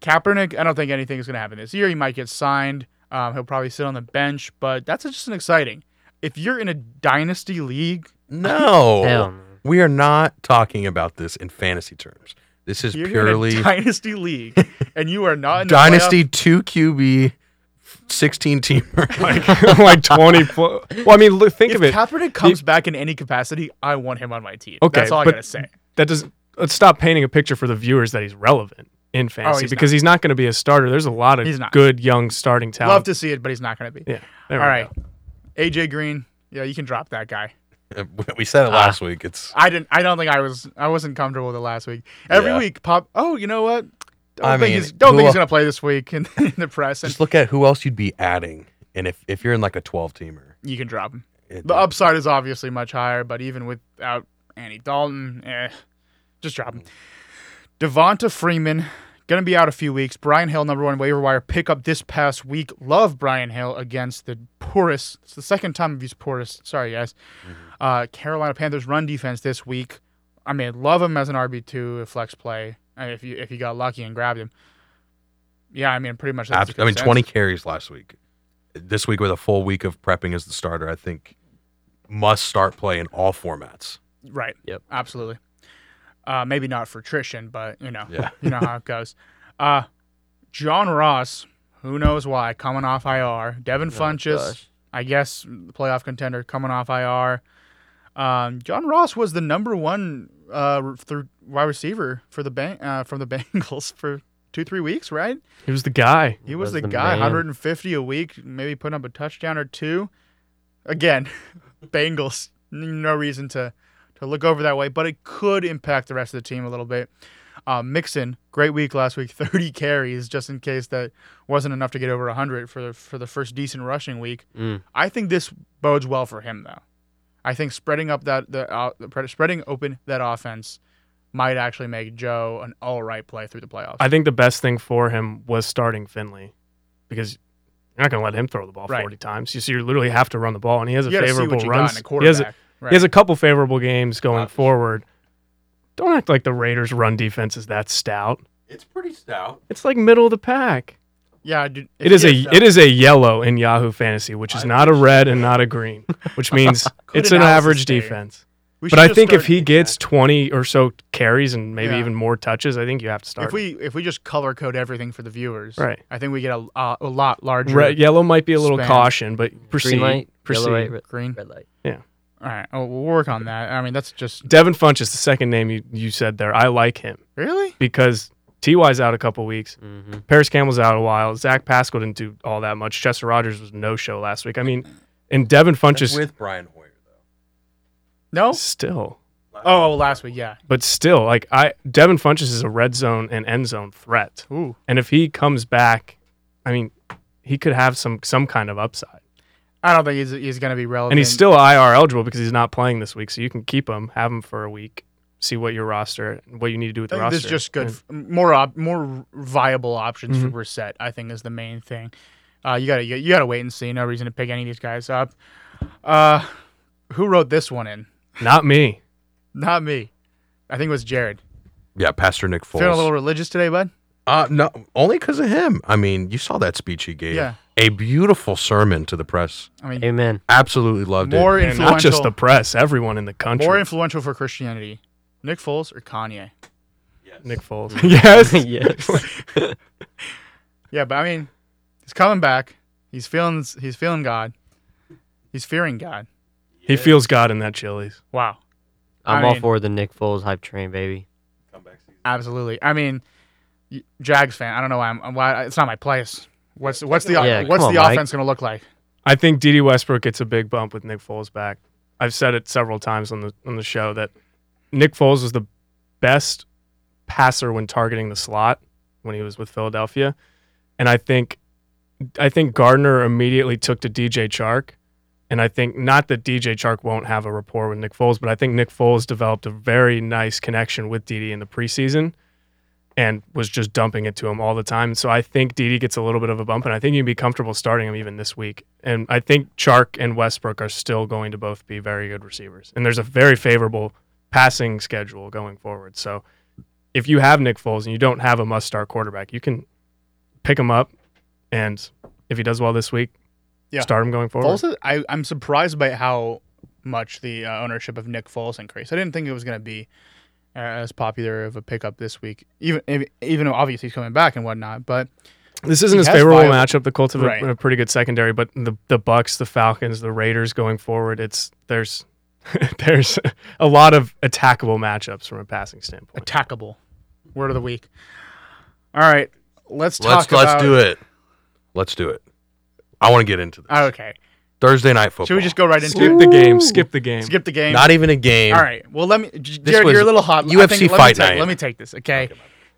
[SPEAKER 1] Kaepernick, I don't think anything is going to happen this year. He might get signed. Um, he'll probably sit on the bench, but that's just an exciting. If you're in a dynasty league,
[SPEAKER 2] no,
[SPEAKER 5] Hell no.
[SPEAKER 2] we are not talking about this in fantasy terms. This is
[SPEAKER 1] you're in
[SPEAKER 2] purely
[SPEAKER 1] a dynasty league, and you are not in the
[SPEAKER 2] dynasty two QB 16 teamer. Like,
[SPEAKER 3] like 20. Pl- well, I mean, look, think
[SPEAKER 1] if
[SPEAKER 3] of it.
[SPEAKER 1] Kaepernick comes back in any capacity, I want him on my team.
[SPEAKER 3] Okay,
[SPEAKER 1] that's all I
[SPEAKER 3] but
[SPEAKER 1] gotta say.
[SPEAKER 3] that doesn't let's stop painting a picture for the viewers that he's relevant in fantasy
[SPEAKER 1] Oh, he's
[SPEAKER 3] because he's not going to be a starter. There's a lot of
[SPEAKER 1] He's not.
[SPEAKER 3] good young starting talent.
[SPEAKER 1] Love to see it, but he's not gonna be.
[SPEAKER 3] yeah. There
[SPEAKER 1] all
[SPEAKER 3] we
[SPEAKER 1] right,
[SPEAKER 3] go.
[SPEAKER 1] AJ Green. Yeah, you can drop that guy.
[SPEAKER 2] we said it last week. It's
[SPEAKER 1] I didn't. I don't think I was. I wasn't comfortable with it last week. Every
[SPEAKER 2] Yeah.
[SPEAKER 1] week, pop. Oh, you know what? Don't
[SPEAKER 2] I
[SPEAKER 1] think
[SPEAKER 2] mean,
[SPEAKER 1] he's. Don't
[SPEAKER 2] who
[SPEAKER 1] think he's
[SPEAKER 2] el-
[SPEAKER 1] gonna play this week in, in the press, and
[SPEAKER 2] just look at who else you'd be adding. And if, if you're in like a 12 teamer,
[SPEAKER 1] you can drop him.
[SPEAKER 2] it-
[SPEAKER 1] The upside is obviously much higher, but even without Andy Dalton, eh, just drop him. Devonta Freeman, going to be out a few weeks. Brian Hill, number one waiver wire pickup this past week. Love Brian Hill against the poorest. It's the second time I've used poorest. Sorry, guys.
[SPEAKER 2] Mm-hmm.
[SPEAKER 1] Uh, Carolina Panthers run defense this week. I mean, love him as an RB two flex play. And if you if you got lucky and grabbed him, yeah, I mean, pretty much. That's
[SPEAKER 2] Abs-
[SPEAKER 1] the
[SPEAKER 2] I mean,
[SPEAKER 1] consensus.
[SPEAKER 2] 20 carries last week. This week with a full week of prepping as the starter, I think must start play in all formats.
[SPEAKER 1] Right.
[SPEAKER 5] Yep.
[SPEAKER 1] Absolutely. Uh, maybe not for Trishan, but you know,
[SPEAKER 2] Yeah.
[SPEAKER 1] you know how it goes. Uh, John Ross, who knows why, coming off IR. Devin Funches,
[SPEAKER 5] Oh, gosh.
[SPEAKER 1] I guess playoff contender, coming off IR. Um, John Ross was the number one uh, re- through wide receiver for the bang- uh, from the Bengals for two three weeks, right?
[SPEAKER 3] He was the guy.
[SPEAKER 1] He was,
[SPEAKER 5] Was
[SPEAKER 1] the,
[SPEAKER 5] the
[SPEAKER 1] guy,
[SPEAKER 5] man.
[SPEAKER 1] 150 a week, maybe putting up a touchdown or two. Again, Bengals, n- no reason to to look over that way, but it could impact the rest of the team a little bit. Uh, Mixon, great week last week, 30 carries, just in case that wasn't enough to get over 100 for the, for the first decent rushing week.
[SPEAKER 5] Mm.
[SPEAKER 1] I think this bodes well for him, though. I think spreading up that the uh, the pre- spreading open that offense might actually make Joe an all right play through the playoffs.
[SPEAKER 3] I think the best thing for him was starting Finley because you're not going to let him throw the ball
[SPEAKER 1] Right.
[SPEAKER 3] 40 times. You, so you literally have to run the ball, and he has a
[SPEAKER 1] You gotta see what
[SPEAKER 3] favorable
[SPEAKER 1] you got in a
[SPEAKER 3] run. he, has a,
[SPEAKER 1] quarterback, right.
[SPEAKER 3] he has a couple favorable games going
[SPEAKER 2] Obviously.
[SPEAKER 3] forward. Don't act like the Raiders' run defense is that stout.
[SPEAKER 2] It's pretty stout.
[SPEAKER 3] It's like middle of the pack.
[SPEAKER 1] yeah, dude,
[SPEAKER 3] It is a
[SPEAKER 1] uh,
[SPEAKER 3] it is a yellow in Yahoo Fantasy, which is not a red and not a green, which means it's an
[SPEAKER 1] analysis
[SPEAKER 3] average
[SPEAKER 1] there.
[SPEAKER 3] defense.
[SPEAKER 1] We
[SPEAKER 3] But
[SPEAKER 1] should
[SPEAKER 3] I
[SPEAKER 1] just
[SPEAKER 3] think if
[SPEAKER 1] start-
[SPEAKER 3] he gets twenty or so carries and maybe
[SPEAKER 1] Yeah.
[SPEAKER 3] even more touches, I think you have to start.
[SPEAKER 1] if we if we just color code everything for the viewers,
[SPEAKER 3] Right.
[SPEAKER 1] I think we get a, a, a lot larger
[SPEAKER 3] red, yellow might be a little
[SPEAKER 1] Span.
[SPEAKER 3] caution, but proceed.
[SPEAKER 5] Green light,
[SPEAKER 3] proceed.
[SPEAKER 5] yellow light, red,
[SPEAKER 1] green.
[SPEAKER 5] red light.
[SPEAKER 1] All right, oh, we'll work on that. I mean, that's just
[SPEAKER 3] Devin Funch is the second name you, you said there. I like him
[SPEAKER 1] really
[SPEAKER 3] because Ty's out a couple weeks.
[SPEAKER 5] hmm
[SPEAKER 3] Paris Campbell's out a while. Zach Pascal didn't do all that much. Chester Rogers was no show last week. I mean, and Devin Funch is
[SPEAKER 2] with Brian Hoyer though.
[SPEAKER 1] no.
[SPEAKER 3] still
[SPEAKER 1] Oh, last week, yeah.
[SPEAKER 3] But still, like I, Devin Funches is a red zone and end zone threat,
[SPEAKER 1] Ooh,
[SPEAKER 3] and if he comes back, I mean, he could have some some kind of upside.
[SPEAKER 1] I don't think he's he's gonna be relevant.
[SPEAKER 3] And he's still IR eligible because he's not playing this week, so you can keep him, have him for a week, see what your roster, what you need to do with
[SPEAKER 1] I
[SPEAKER 3] the
[SPEAKER 1] think
[SPEAKER 3] roster.
[SPEAKER 1] this is just good.
[SPEAKER 3] And Mm-hmm.
[SPEAKER 1] f- More op- more viable options for Brissett, I think, is the main thing. Uh, you gotta you gotta wait and see. No reason to pick any of these guys up. Uh, who wrote this one in?
[SPEAKER 3] Not me.
[SPEAKER 1] Not me. I think it was Jared.
[SPEAKER 2] Yeah, Pastor Nick Foles.
[SPEAKER 1] Feeling a little religious today, bud.
[SPEAKER 2] uh, no, only because of him. I mean, you saw that speech he gave.
[SPEAKER 1] Yeah.
[SPEAKER 2] A beautiful sermon to the press.
[SPEAKER 1] I mean,
[SPEAKER 5] Amen.
[SPEAKER 2] Absolutely loved
[SPEAKER 1] more
[SPEAKER 2] it.
[SPEAKER 3] And
[SPEAKER 1] influential.
[SPEAKER 3] not just the press, everyone in the country.
[SPEAKER 1] More influential for Christianity, Nick Foles or Kanye?
[SPEAKER 3] Nick Foles. yes.
[SPEAKER 5] yes.
[SPEAKER 1] Yeah, but I mean, he's coming back. He's feeling. He's feeling God. He's fearing God.
[SPEAKER 3] He feels God in that Chili's.
[SPEAKER 1] Wow,
[SPEAKER 5] I'm
[SPEAKER 1] I
[SPEAKER 5] all
[SPEAKER 1] mean-
[SPEAKER 5] for the Nick Foles hype train, baby.
[SPEAKER 1] absolutely. I mean, y- Jags fan. I don't know why. I'm, why it's not my place. What's what's the
[SPEAKER 5] Yeah,
[SPEAKER 1] what's
[SPEAKER 5] come
[SPEAKER 1] the
[SPEAKER 5] on, Mike.
[SPEAKER 1] offense going to look like?
[SPEAKER 3] I think D.D. Westbrook gets a big bump with Nick Foles back. I've said it several times on the on the show that Nick Foles was the best passer when targeting the slot when he was with Philadelphia, and I think I think Gardner immediately took to DJ Chark, and I think not that DJ Chark won't have a rapport with Nick Foles, but I think Nick Foles developed a very nice connection with D.D. in the preseason. And was just dumping it to him all the time. So I think Didi gets a little bit of a bump, and I think you'd be comfortable starting him even this week. And I think Chark and Westbrook are still going to both be very good receivers. And there's a very favorable passing schedule going forward. So if you have Nick Foles and you don't have a must start quarterback, you can pick him up and if he does well this week,
[SPEAKER 1] Yeah.
[SPEAKER 3] start him going forward.
[SPEAKER 1] Foles. Is, I I'm surprised by how much the uh, ownership of Nick Foles increased. I didn't think it was going to be uh, as popular of a pickup this week. Even even though obviously he's coming back and whatnot, but
[SPEAKER 3] This isn't
[SPEAKER 1] He
[SPEAKER 3] his
[SPEAKER 1] has
[SPEAKER 3] favorable
[SPEAKER 1] viable-
[SPEAKER 3] matchup. The Colts have
[SPEAKER 1] Right.
[SPEAKER 3] a, a pretty good secondary, but the the Bucks, the Falcons, the Raiders going forward, it's there's there's a lot of attackable matchups from a passing standpoint.
[SPEAKER 1] Attackable. Word of the week. All right. Let's talk
[SPEAKER 2] Let's
[SPEAKER 1] about
[SPEAKER 2] let's do it. Let's do it. I want to get into this.
[SPEAKER 1] Oh, okay.
[SPEAKER 2] Thursday night football.
[SPEAKER 1] Should we just go right into
[SPEAKER 3] Skip the game. Skip the game.
[SPEAKER 1] skip the game?
[SPEAKER 2] Not even a game.
[SPEAKER 1] All right. Well, let me. J- Jared,
[SPEAKER 2] was
[SPEAKER 1] you're a little hot. I
[SPEAKER 2] UFC
[SPEAKER 1] think- let me
[SPEAKER 2] fight
[SPEAKER 1] take-
[SPEAKER 2] night.
[SPEAKER 1] Let me take this, okay?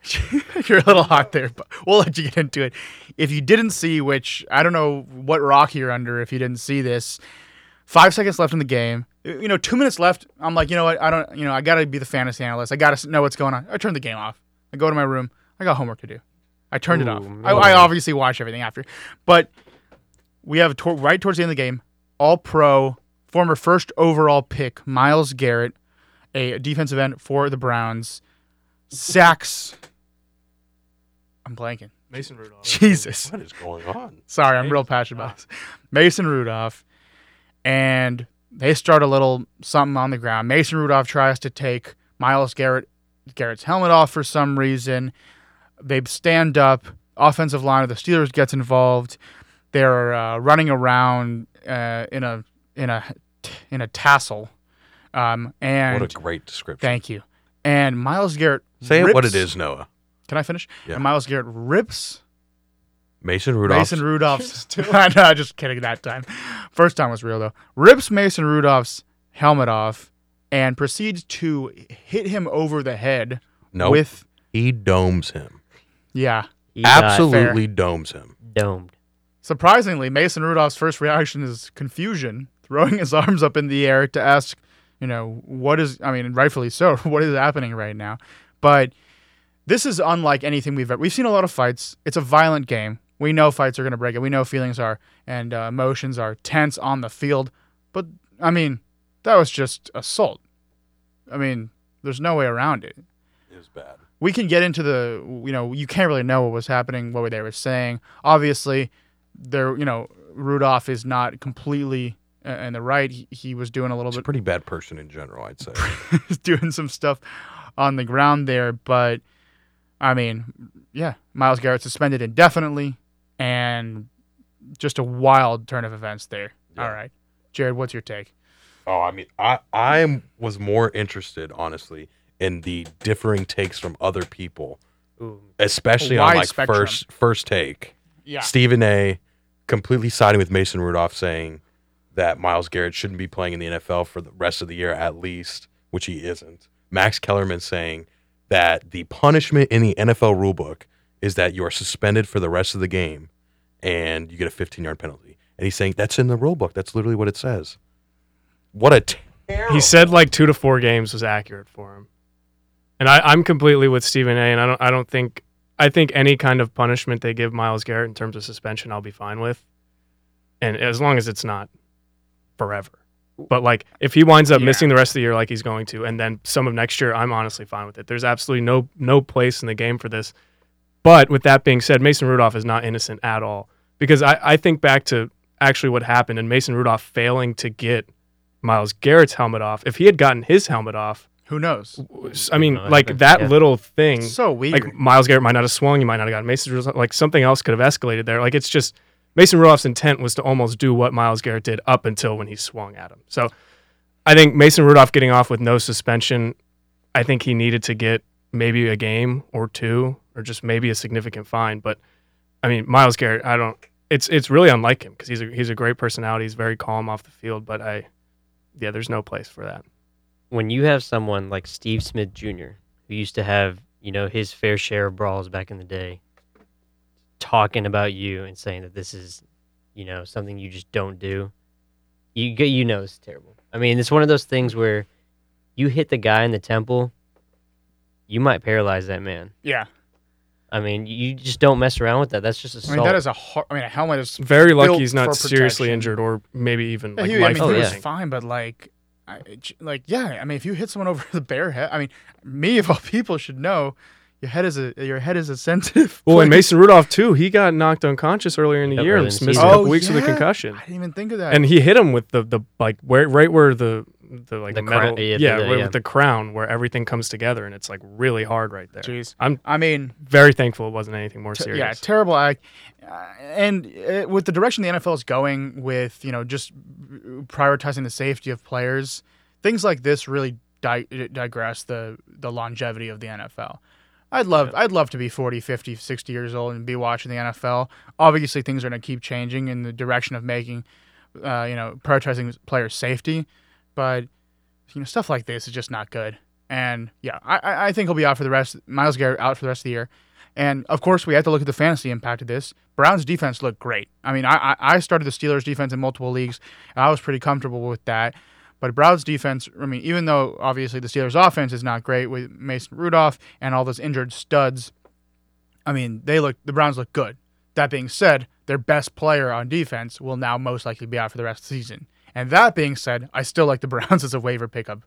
[SPEAKER 1] you're a little hot there, but we'll let you get into it. If you didn't see, which I don't know what rock you're under, if you didn't see this, five seconds left in the game. You know, two minutes left. I'm like, you know what? I don't. You know, I gotta be the fantasy analyst. I gotta s- know what's going on. I turned the game off. I go to my room. I got homework to do. I turned it
[SPEAKER 5] Ooh,
[SPEAKER 1] off. I,
[SPEAKER 5] man.
[SPEAKER 1] I obviously watch everything after, but we have tor- right towards the end of the game. All pro, former first overall pick Miles Garrett, a defensive end for the Browns, sacks. I'm blanking.
[SPEAKER 2] Oh,
[SPEAKER 3] Mason Rudolph.
[SPEAKER 1] Jesus.
[SPEAKER 2] What is going on?
[SPEAKER 1] Sorry, I'm real passionate about this. Mason Rudolph, and they start a little something on the ground. Mason Rudolph tries to take Miles Garrett Garrett's helmet off for some reason. They stand up. Offensive line of the Steelers gets involved. They're uh, running around uh, in a in a in a tassel, um, and
[SPEAKER 2] What a great description.
[SPEAKER 1] thank you. And Miles Garrett
[SPEAKER 2] Say it what
[SPEAKER 1] rips-
[SPEAKER 2] it is, Noah.
[SPEAKER 1] Can I finish?
[SPEAKER 2] Yeah.
[SPEAKER 1] And Miles Garrett rips
[SPEAKER 2] Mason Rudolph.
[SPEAKER 1] Mason Rudolph's. I know, just kidding that time. First time was real though. Rips Mason Rudolph's helmet off and proceeds to hit him over the head
[SPEAKER 2] no,
[SPEAKER 1] with
[SPEAKER 2] he domes him.
[SPEAKER 1] yeah.
[SPEAKER 5] He got
[SPEAKER 2] Absolutely domes him.
[SPEAKER 5] domed.
[SPEAKER 1] Surprisingly, Mason Rudolph's first reaction is confusion, throwing his arms up in the air to ask, you know, what is I mean, rightfully so, what is happening right now? But this is unlike anything we've ever we've seen a lot of fights. It's a violent game. We know fights are going to break it. We know feelings are and uh, emotions are tense on the field. But I mean, that was just assault. I mean, there's no way around it
[SPEAKER 2] It was bad.
[SPEAKER 1] we can get into the you know you can't really know what was happening what they were saying obviously there you know rudolph is not completely uh, in the right he, he was doing a little
[SPEAKER 2] He's a
[SPEAKER 1] bit
[SPEAKER 2] pretty bad person in general, I'd say.
[SPEAKER 1] doing some stuff on the ground there but i mean yeah miles garrett suspended indefinitely and just a wild turn of events there
[SPEAKER 2] Yeah.
[SPEAKER 1] all right jared what's your take
[SPEAKER 2] Oh, I mean, I I am- was more interested, honestly, in the differing takes from other people,
[SPEAKER 5] Ooh,
[SPEAKER 2] especially
[SPEAKER 1] A wide
[SPEAKER 2] on like
[SPEAKER 1] spectrum.
[SPEAKER 2] first first take.
[SPEAKER 1] yeah
[SPEAKER 2] Stephen A. completely siding with Mason Rudolph, saying that Miles Garrett shouldn't be playing in the NFL for the rest of the year at least, which he isn't. Max Kellerman saying that the punishment in the NFL rulebook is that you are suspended for the rest of the game and you get a 15 yard penalty. And he's saying that's in the rulebook. That's literally what it says. What a terrible.
[SPEAKER 3] He said like two to four games was accurate for him, and I, I'm completely with Stephen A. And I don't I don't think I think any kind of punishment they give Miles Garrett in terms of suspension, I'll be fine with, and as long as it's not forever. But like if he winds up
[SPEAKER 1] Yeah.
[SPEAKER 3] missing the rest of the year like he's going to, and then some of next year, I'm honestly fine with it. There's absolutely no no place in the game for this. But with that being said, Mason Rudolph is not innocent at all because I, I think back to actually what happened and Mason Rudolph failing to get Miles Garrett's helmet off. If he had gotten his helmet off,
[SPEAKER 1] who knows
[SPEAKER 3] I mean,
[SPEAKER 5] know,
[SPEAKER 3] like
[SPEAKER 5] happened,
[SPEAKER 3] that
[SPEAKER 5] yeah.
[SPEAKER 3] little thing,
[SPEAKER 1] so weird
[SPEAKER 3] like Miles Garrett might not have swung, you might not have gotten Mason Rudolph, like something else could have escalated there. Like it's just Mason Rudolph's intent was to almost do what Miles Garrett did up until when he swung at him. So I think Mason Rudolph getting off with no suspension, I think he needed to get maybe a game or two or just maybe a significant fine. But I mean, Miles Garrett, I don't. It's it's really unlike him because he's a he's a great personality. He's very calm off the field, but I, yeah, there's no place for that.
[SPEAKER 5] when you have someone like Steve Smith Jr., who used to have, you know, his fair share of brawls back in the day, talking about you and saying that this is, you know, something you just don't do, you get, you know, it's terrible. I mean, it's one of those things where you hit the guy in the temple, you might paralyze that man.
[SPEAKER 1] yeah
[SPEAKER 5] I mean, you just don't mess around with that. That's just
[SPEAKER 1] i
[SPEAKER 5] assault.
[SPEAKER 1] mean that is a hard i mean a helmet is
[SPEAKER 3] Very lucky
[SPEAKER 1] Built
[SPEAKER 3] he's
[SPEAKER 1] for
[SPEAKER 3] not seriously
[SPEAKER 1] protection.
[SPEAKER 3] injured or maybe even
[SPEAKER 1] Yeah,
[SPEAKER 3] like
[SPEAKER 1] he, I mean,
[SPEAKER 3] life
[SPEAKER 5] Oh,
[SPEAKER 1] he was
[SPEAKER 3] threatening.
[SPEAKER 1] fine, but like, I, j- like yeah, I mean, if you hit someone over the bare head, I mean, me of all people should know, Your head is a your head is a sensitive.
[SPEAKER 3] Well, and
[SPEAKER 1] place.
[SPEAKER 3] Mason Rudolph too. He got knocked unconscious earlier in the
[SPEAKER 5] Yep,
[SPEAKER 3] year and
[SPEAKER 5] early
[SPEAKER 3] missed
[SPEAKER 5] in the
[SPEAKER 3] a
[SPEAKER 5] season.
[SPEAKER 3] couple
[SPEAKER 1] Oh,
[SPEAKER 3] weeks with a
[SPEAKER 1] yeah.
[SPEAKER 3] concussion.
[SPEAKER 1] I didn't even think of that.
[SPEAKER 3] and he hit him with the the like where, right where the the like
[SPEAKER 5] The
[SPEAKER 3] metal
[SPEAKER 5] crown-
[SPEAKER 3] yeah,
[SPEAKER 5] yeah, the-
[SPEAKER 3] right
[SPEAKER 5] yeah.
[SPEAKER 3] with the crown where everything comes together and it's like really hard right there.
[SPEAKER 1] Jeez.
[SPEAKER 3] I'm
[SPEAKER 1] I mean,
[SPEAKER 3] very thankful it wasn't anything more
[SPEAKER 1] Te-
[SPEAKER 3] serious.
[SPEAKER 1] Yeah, terrible act. Uh, and uh, with the direction the NFL is going, with you know just prioritizing the safety of players, things like this really di- digress the the longevity of the NFL. I'd love I'd love to be 40, 50, 60 years old and be watching the NFL. Obviously, things are going to keep changing in the direction of making, uh, you know, prioritizing player safety, but you know stuff like this is just not good. And yeah, I- I, I think he'll be out for the rest. Miles Garrett out for the rest of the year. And of course, we have to look at the fantasy impact of this. Browns defense looked great. I mean, I, I I started the Steelers defense in multiple leagues, and I was pretty comfortable with that. But Browns defense, I mean, even though obviously the Steelers offense is not great with Mason Rudolph and all those injured studs, I mean, they look the Browns look good. That being said, their best player on defense will now most likely be out for the rest of the season. And that being said, I still like the Browns as a waiver pickup.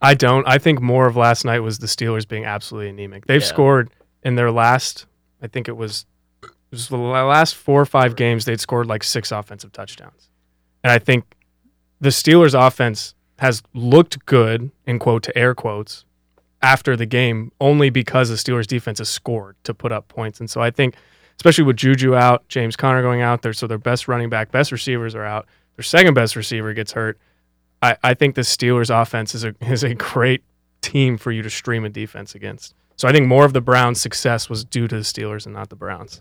[SPEAKER 3] I don't. I think more of last night was the Steelers being absolutely anemic. They've
[SPEAKER 5] Yeah.
[SPEAKER 3] scored in their last, I think it was, it was the la- last four or five games, they'd scored like six offensive touchdowns. And I think the Steelers offense has looked good, in quote to air quotes, after the game only because the Steelers defense has scored to put up points. And so I think, especially with Juju out, James Conner going out there, so their best running back, best receivers are out, their second best receiver gets hurt. I, I think the Steelers offense is a is a great team for you to stream a defense against. So I think more of the Browns' success was due to the Steelers and not the Browns.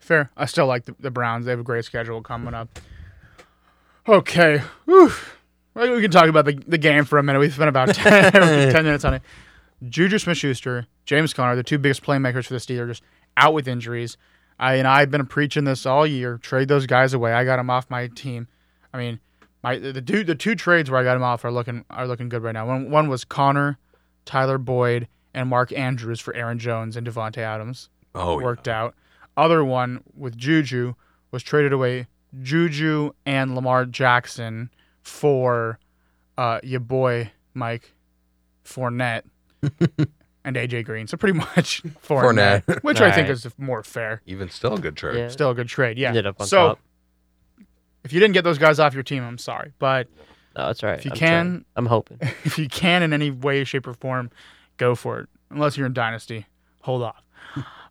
[SPEAKER 1] Fair. I still like the, the Browns. They have a great schedule coming up. Okay. Whew. Well, we can talk about the, the game for a minute. We've spent about 10, 10 minutes on it. Juju Smith Schuster, James Conner, the two biggest playmakers for the Steelers, just out with injuries. I and I've been preaching this all year. Trade those guys away. I got them off my team. I mean, my the, the two the two trades where I got them off are looking are looking good right now. One one was Connor, Tyler Boyd, and Mark Andrews for Aaron Jones and Devontae Adams
[SPEAKER 2] Oh, yeah.
[SPEAKER 1] worked out. Other one with Juju was traded away Juju and Lamar Jackson for uh, your boy Mike Fournette and AJ Green. So pretty much Fournette, which I think
[SPEAKER 5] Alright.
[SPEAKER 1] is more fair.
[SPEAKER 2] even still a good trade.
[SPEAKER 5] Yeah.
[SPEAKER 1] Still a good trade. Yeah.
[SPEAKER 5] Ended up on
[SPEAKER 1] so
[SPEAKER 5] top.
[SPEAKER 1] if you didn't get those guys off your team, I'm sorry, but
[SPEAKER 5] No, that's all right.
[SPEAKER 1] if you
[SPEAKER 5] I'm
[SPEAKER 1] can-
[SPEAKER 5] trying. I'm hoping.
[SPEAKER 1] if you can in any way, shape, or form, go for it. Unless you're in Dynasty, hold off.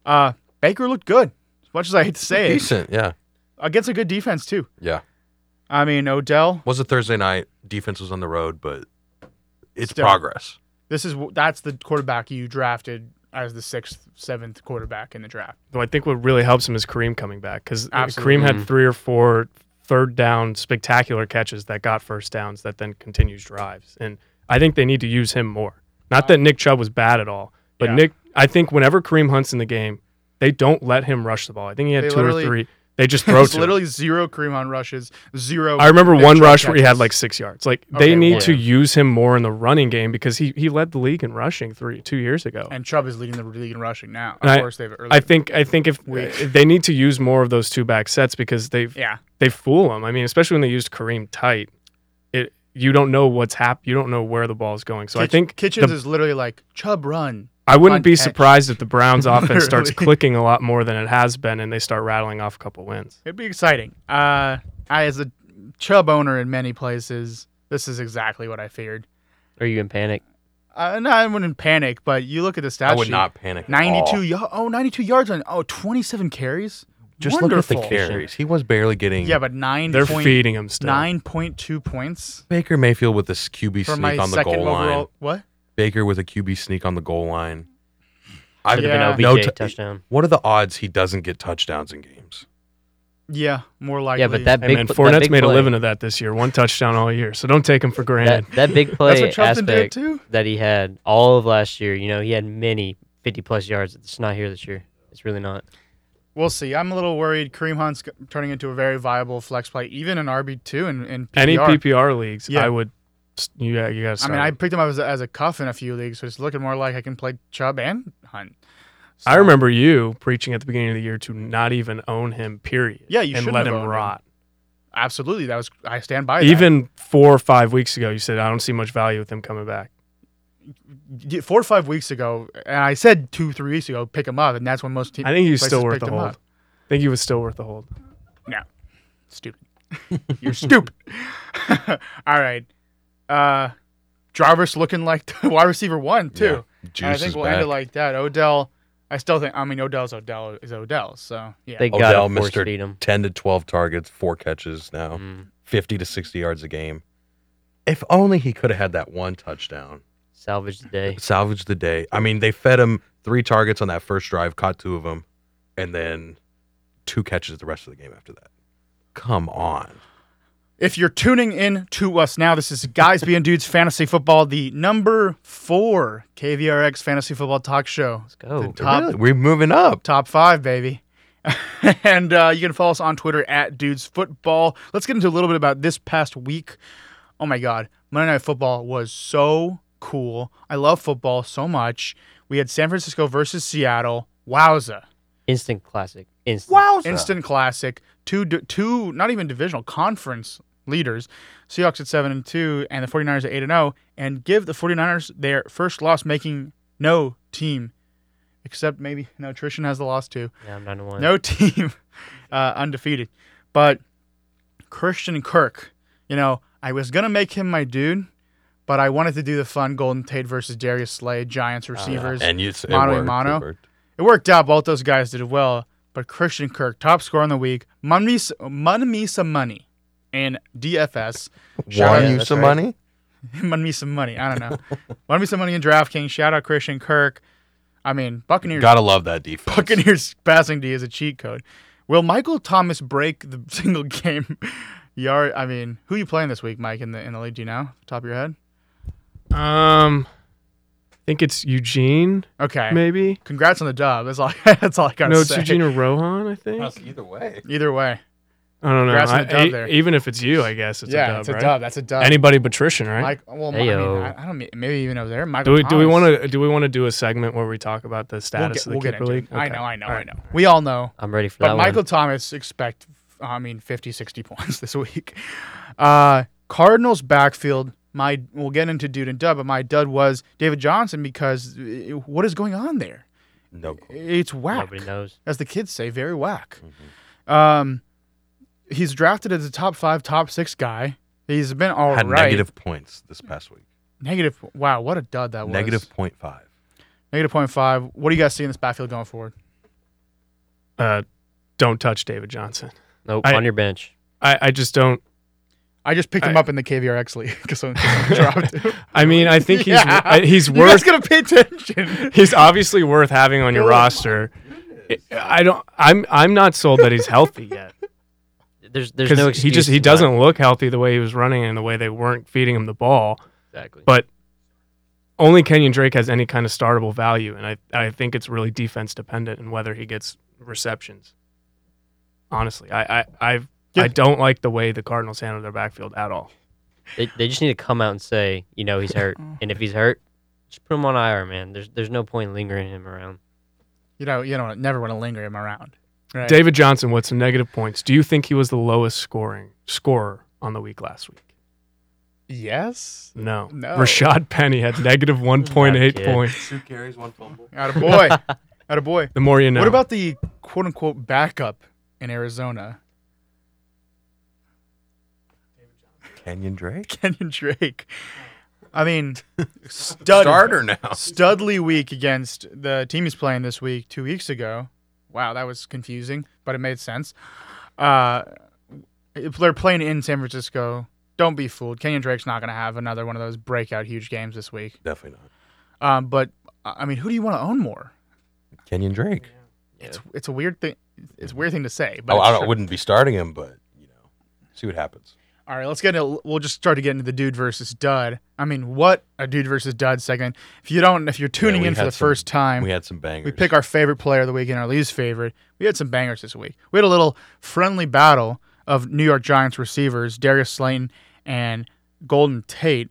[SPEAKER 1] Uh, Baker looked good. As much as I hate to say it,
[SPEAKER 2] Decent, yeah,
[SPEAKER 1] against a good defense too.
[SPEAKER 2] yeah.
[SPEAKER 1] I mean, Odell.
[SPEAKER 2] Was a Thursday night. Defense was on the road, but it's
[SPEAKER 1] Still.
[SPEAKER 2] progress.
[SPEAKER 1] This is wh- that's the quarterback you drafted as the sixth, seventh quarterback in the draft.
[SPEAKER 3] Though I think what really helps him is Kareem coming back because
[SPEAKER 1] Absolutely.
[SPEAKER 3] Kareem had
[SPEAKER 5] Mhm.
[SPEAKER 3] three or four third down spectacular catches that got first downs that then continues drives. And I think they need to use him more. Not that Nick Chubb was bad at all, but
[SPEAKER 1] Yeah.
[SPEAKER 3] Nick, I think whenever Kareem Hunt's in the game, they don't let him rush the ball. I think he had
[SPEAKER 1] They
[SPEAKER 3] two or
[SPEAKER 1] literally-
[SPEAKER 3] three. They just throw
[SPEAKER 1] It's
[SPEAKER 3] to him.
[SPEAKER 1] literally zero Kareem on rushes, zero.
[SPEAKER 3] I remember
[SPEAKER 1] big
[SPEAKER 3] one
[SPEAKER 1] shot
[SPEAKER 3] rush where he had
[SPEAKER 1] catches.
[SPEAKER 3] like six yards. Like
[SPEAKER 1] Okay,
[SPEAKER 3] they need
[SPEAKER 5] one.
[SPEAKER 3] to use him more in the running game because he he led the league in rushing three two years ago.
[SPEAKER 1] and Chubb is leading the league in rushing now. Of
[SPEAKER 3] And I-
[SPEAKER 1] course, they've early.
[SPEAKER 3] I think I think if,
[SPEAKER 1] Weak.
[SPEAKER 3] if they need to use more of those two back sets because they
[SPEAKER 1] yeah,
[SPEAKER 3] they fool him. I mean, especially when they used Kareem tight, it you don't know what's hap You don't know where the ball's going. So I
[SPEAKER 1] Kitch-
[SPEAKER 3] think
[SPEAKER 1] Kitchens
[SPEAKER 3] the-
[SPEAKER 1] is literally like Chubb run.
[SPEAKER 3] I wouldn't be
[SPEAKER 1] Fun catch.
[SPEAKER 3] surprised if the Browns offense starts
[SPEAKER 1] Literally.
[SPEAKER 3] clicking a lot more than it has been, and they start rattling off a couple wins.
[SPEAKER 1] It'd be exciting. Uh, I as a Chubb owner in many places, this is exactly what I feared.
[SPEAKER 5] Are you in panic?
[SPEAKER 1] Uh, no, I wouldn't panic, but you look at the stat
[SPEAKER 2] I would
[SPEAKER 1] sheet,
[SPEAKER 2] not panic. at
[SPEAKER 1] 92
[SPEAKER 2] all.
[SPEAKER 1] y- oh 92 yards on oh 27 carries.
[SPEAKER 2] Just
[SPEAKER 1] Wonderful.
[SPEAKER 2] look at the carries. He was barely getting.
[SPEAKER 1] Yeah, but nine
[SPEAKER 3] They're
[SPEAKER 1] point-
[SPEAKER 3] feeding him still.
[SPEAKER 1] nine point two points
[SPEAKER 2] Baker Mayfield with this QB
[SPEAKER 1] for
[SPEAKER 2] sneak
[SPEAKER 1] my
[SPEAKER 2] on the
[SPEAKER 1] second
[SPEAKER 2] goal line.
[SPEAKER 1] overall. What?
[SPEAKER 2] Baker with a QB sneak on the goal line. I
[SPEAKER 5] Should
[SPEAKER 1] Yeah.
[SPEAKER 5] have been
[SPEAKER 2] no
[SPEAKER 5] OBJ
[SPEAKER 2] t-
[SPEAKER 5] touchdown.
[SPEAKER 2] What are the odds he doesn't get touchdowns in games?
[SPEAKER 1] Yeah, more likely.
[SPEAKER 5] Yeah, but that
[SPEAKER 3] Hey
[SPEAKER 5] big.
[SPEAKER 3] man,
[SPEAKER 5] pl- that
[SPEAKER 3] Fournette's
[SPEAKER 5] big
[SPEAKER 3] made a
[SPEAKER 5] play-
[SPEAKER 3] living of that this year. One touchdown all year. So don't take him for granted.
[SPEAKER 5] That, that big
[SPEAKER 1] that's
[SPEAKER 5] play
[SPEAKER 1] what Charlton did
[SPEAKER 5] aspect
[SPEAKER 1] too.
[SPEAKER 5] that he had all of last year. You know, he had many 50 plus yards. It's not here this year. It's really not.
[SPEAKER 1] We'll see. I'm a little worried. Kareem Hunt's g- turning into a very viable flex play, even in RB two and in PPR.
[SPEAKER 3] any PPR leagues,
[SPEAKER 1] Yeah.
[SPEAKER 3] I would. You got you got to
[SPEAKER 1] I
[SPEAKER 3] start.
[SPEAKER 1] mean, I picked him up as a, as a cuff in a few leagues, so it's looking more like I can play Chubb and Hunt.
[SPEAKER 3] I remember you preaching at the beginning of the year to not even own him. Period.
[SPEAKER 1] Yeah, you
[SPEAKER 3] and
[SPEAKER 1] shouldn't
[SPEAKER 3] let
[SPEAKER 1] have
[SPEAKER 3] him
[SPEAKER 1] owned him.
[SPEAKER 3] rot.
[SPEAKER 1] Absolutely, that was I stand by that.
[SPEAKER 3] Even four or five weeks ago, you said I don't see much value with him coming back.
[SPEAKER 1] y- four or five weeks ago, and I said two, three weeks ago, pick him up, and that's when most teams.
[SPEAKER 3] I think he was
[SPEAKER 1] places
[SPEAKER 3] still worth
[SPEAKER 1] picked
[SPEAKER 3] the
[SPEAKER 1] him
[SPEAKER 3] hold.
[SPEAKER 1] up.
[SPEAKER 3] I think he was still worth the hold.
[SPEAKER 1] Stupid. You're stupid. All right. Uh, Jarvis looking like the wide receiver one too.
[SPEAKER 2] Yeah.
[SPEAKER 1] And I
[SPEAKER 2] Juice
[SPEAKER 1] think
[SPEAKER 2] is
[SPEAKER 1] we'll
[SPEAKER 2] back.
[SPEAKER 1] end it like that. Odell. I still think. I mean, Odell's Odell is Odell. So yeah.
[SPEAKER 3] Oh,
[SPEAKER 5] They got
[SPEAKER 2] Odell,
[SPEAKER 5] to force
[SPEAKER 2] Mr.
[SPEAKER 5] feed him.
[SPEAKER 2] 10 to 12 targets, four catches
[SPEAKER 3] Oh.
[SPEAKER 2] now,
[SPEAKER 5] Mm.
[SPEAKER 2] 50 to 60 yards a game. If only he could have had that one touchdown,
[SPEAKER 5] Salvage the day.
[SPEAKER 2] salvage the day. I mean, they fed him three targets on that first drive, caught two of them, and then two catches the rest of the game after that. Come on.
[SPEAKER 1] If you're tuning in to us now, this is Guys Being Dudes Fantasy Football, the number four KVRX Fantasy Football Talk Show.
[SPEAKER 5] Let's go.
[SPEAKER 1] Top-
[SPEAKER 2] Really? We're moving up.
[SPEAKER 1] Top five, baby. and uh, you can follow us on Twitter at Dudes Football. Let's get into a little bit about this past week. Oh my God, Monday Night Football was so cool. I love football so much. We had San Francisco versus Seattle. Wowza!
[SPEAKER 5] Instant classic. Instant.
[SPEAKER 1] Instant classic. Two, di- two, not even divisional conference leaders. Seahawks at seven and two, and the 49ers at eight and zero. And give the 49ers their first loss, making no team, except maybe no. Trishan has the loss too.
[SPEAKER 5] Yeah, I'm down to one.
[SPEAKER 1] No team uh, undefeated. But Christian Kirk, you know, I was going to make him my dude, but I wanted to do the fun Golden Tate versus Darius Slade, Giants receivers.
[SPEAKER 2] And you say
[SPEAKER 1] Mono a mono. It worked out. Both those guys did well. But Christian Kirk, top scorer in the week, Mun me, s- mun me some money and DFS. Shout
[SPEAKER 2] Won
[SPEAKER 1] out-
[SPEAKER 2] you
[SPEAKER 5] that's
[SPEAKER 2] some
[SPEAKER 5] right.
[SPEAKER 2] money?
[SPEAKER 1] Mun me some money. I don't know. Mun me some money in DraftKings. Shout out Christian Kirk. I mean, Buccaneers
[SPEAKER 2] Gotta love that defense.
[SPEAKER 1] Buccaneers passing D is a cheat code. Will Michael Thomas break the single game yard? I mean, who you playing this week, Mike? In the in the league, do you know? Top of your head?
[SPEAKER 3] Um, I think it's Eugene,
[SPEAKER 1] Okay.
[SPEAKER 3] maybe.
[SPEAKER 1] Congrats on the dub. That's all. that's all I got to
[SPEAKER 3] No, it's
[SPEAKER 1] say.
[SPEAKER 3] Eugene or Rohan, I think.
[SPEAKER 2] Either way.
[SPEAKER 1] Either way,
[SPEAKER 3] I don't know.
[SPEAKER 1] Congrats on
[SPEAKER 3] I-
[SPEAKER 1] the dub
[SPEAKER 3] e-
[SPEAKER 1] there.
[SPEAKER 3] Even if it's you, I guess it's
[SPEAKER 1] yeah,
[SPEAKER 3] a dub,
[SPEAKER 1] it's a
[SPEAKER 3] right?
[SPEAKER 1] dub. That's a dub.
[SPEAKER 3] Anybody but Trishan, right?
[SPEAKER 1] Mike, well, I, mean,
[SPEAKER 5] Ayo.
[SPEAKER 1] I, I don't mean- maybe even over there. Michael
[SPEAKER 3] do we do we
[SPEAKER 1] Thomas.
[SPEAKER 3] want to do we want to do a segment where we talk about the
[SPEAKER 1] We'll
[SPEAKER 3] status
[SPEAKER 1] get, we'll
[SPEAKER 3] of the
[SPEAKER 1] get
[SPEAKER 3] keeper
[SPEAKER 1] into
[SPEAKER 3] league?
[SPEAKER 1] it. I
[SPEAKER 3] Okay.
[SPEAKER 1] know, I know,
[SPEAKER 3] All
[SPEAKER 1] I
[SPEAKER 3] right.
[SPEAKER 1] know. We all know.
[SPEAKER 5] I'm ready for
[SPEAKER 1] But
[SPEAKER 5] that
[SPEAKER 1] Michael
[SPEAKER 5] one.
[SPEAKER 1] Thomas expect, I mean, 50, 60 points this week. Uh, Cardinals backfield. My we'll get into dude and dud, but my dud was David Johnson because uh, what is going on there?
[SPEAKER 2] No. clue.
[SPEAKER 1] It's whack,
[SPEAKER 5] Nobody knows.
[SPEAKER 1] as the kids say, very whack. Um, he's drafted as a top five, top six guy. He's been all right.
[SPEAKER 2] Had negative points this past week.
[SPEAKER 1] Negative- Wow, what a dud that was.
[SPEAKER 2] Negative 0.5.
[SPEAKER 1] Negative point five. What do you guys see in this backfield going forward?
[SPEAKER 3] Uh, don't touch David Johnson.
[SPEAKER 5] Nope.
[SPEAKER 3] I-
[SPEAKER 5] on your bench.
[SPEAKER 3] I, I just don't.
[SPEAKER 1] I just picked him
[SPEAKER 3] I-
[SPEAKER 1] up in the KVRX league because I'm dropped. him.
[SPEAKER 3] I mean, I think he's
[SPEAKER 1] Yeah.
[SPEAKER 3] I- he's
[SPEAKER 1] You guys
[SPEAKER 3] worth
[SPEAKER 1] gotta pay attention.
[SPEAKER 3] he's obviously worth having on your roster. I I don't. I'm I'm not sold that he's healthy yet
[SPEAKER 5] There's there's
[SPEAKER 3] because
[SPEAKER 5] no excuse.
[SPEAKER 3] he just he
[SPEAKER 5] to not-
[SPEAKER 3] doesn't look healthy the way he was running and the way they weren't feeding him the ball.
[SPEAKER 5] exactly.
[SPEAKER 3] But only Kenyon Drake has any kind of startable value, and I I think it's really defense dependent and whether he gets receptions. Honestly, I I I've,
[SPEAKER 1] Yeah.
[SPEAKER 3] I don't like the way the Cardinals handle their backfield at all.
[SPEAKER 5] They, they just need to come out and say, you know, he's hurt, and if he's hurt, just put him on IR, man. There's there's no point lingering him around.
[SPEAKER 1] You know, you don't never want to linger him around. Right.
[SPEAKER 3] David Johnson with some negative points. Do you think he was the lowest scoring scorer on the week last week?
[SPEAKER 1] yes.
[SPEAKER 3] No.
[SPEAKER 1] No.
[SPEAKER 3] Rashad Penny had negative 1.8
[SPEAKER 5] kid.
[SPEAKER 3] points.
[SPEAKER 2] Two carries, one fumble.
[SPEAKER 1] Out of boy. Out of boy.
[SPEAKER 3] The more you know.
[SPEAKER 1] What about the quote unquote backup in Arizona?
[SPEAKER 2] Kenyon Drake?
[SPEAKER 1] Kenyon Drake. I mean, stud
[SPEAKER 2] Starter now.
[SPEAKER 1] Studley week against the team he's playing this week two weeks ago. Wow, that was confusing, but it made sense. Uh, if they're playing in San Francisco, don't be fooled. Kenyon Drake's not going to have another one of those breakout huge games this week.
[SPEAKER 2] Definitely not.
[SPEAKER 1] Um, but I I mean, who do you want to own more?
[SPEAKER 2] Kenyon Drake.
[SPEAKER 1] It's it's a weird thing. It's a weird thing to say, but
[SPEAKER 2] Oh,
[SPEAKER 1] it's
[SPEAKER 2] I don't,
[SPEAKER 1] true.
[SPEAKER 2] wouldn't be starting him, but you know, see what happens.
[SPEAKER 1] All right, let's get into. We'll just start to get into the dude versus dud. I mean, what a dude versus dud segment. If you don't, if you're tuning
[SPEAKER 2] we
[SPEAKER 1] in for
[SPEAKER 2] had
[SPEAKER 1] the
[SPEAKER 2] some-
[SPEAKER 1] first time,
[SPEAKER 2] We had some bangers.
[SPEAKER 1] we pick our favorite player of the week and our least favorite. We had some bangers this week. We had a little friendly battle of New York Giants receivers, Darius Slayton and Golden Tate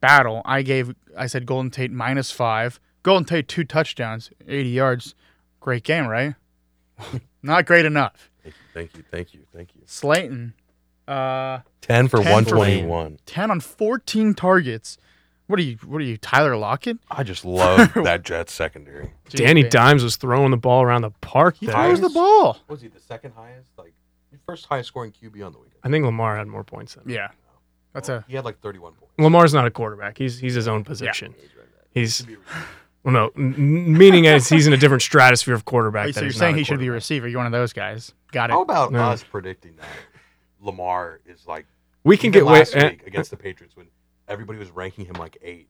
[SPEAKER 1] battle. I gave I said Golden Tate minus five. Golden Tate two touchdowns, eighty yards. Great game, right? Not great enough.
[SPEAKER 2] Thank you, thank you, thank you.
[SPEAKER 1] Slayton, uh,
[SPEAKER 2] Ten for
[SPEAKER 1] 10 for-
[SPEAKER 2] one twenty-one.
[SPEAKER 1] ten on fourteen targets, What are you? What are you, Tyler Lockett?
[SPEAKER 2] I just love that Jets secondary.
[SPEAKER 3] Danny
[SPEAKER 1] Jeez, man.
[SPEAKER 3] Dimes was throwing the ball around the park
[SPEAKER 1] He
[SPEAKER 3] there.
[SPEAKER 1] throws the ball.
[SPEAKER 2] Was he the second highest? Like first highest scoring QB on the weekend.
[SPEAKER 3] I think Lamar had more points than him.
[SPEAKER 1] Yeah, that's a
[SPEAKER 2] he had like 31 points.
[SPEAKER 3] Lamar's not a quarterback. He's he's his own position. He's well, no, n- n- meaning is he's in a different stratosphere of quarterback.
[SPEAKER 1] Wait, so
[SPEAKER 3] that
[SPEAKER 1] you're
[SPEAKER 3] is not
[SPEAKER 1] saying
[SPEAKER 3] a
[SPEAKER 1] he should be a
[SPEAKER 3] quarterback.
[SPEAKER 1] receiver? You're one of those guys. Got it.
[SPEAKER 2] How about
[SPEAKER 3] No.
[SPEAKER 2] us predicting that Lamar is like
[SPEAKER 3] We can
[SPEAKER 2] even
[SPEAKER 3] get way.
[SPEAKER 2] last
[SPEAKER 3] eh,
[SPEAKER 2] week against the Patriots when everybody was ranking him like eight,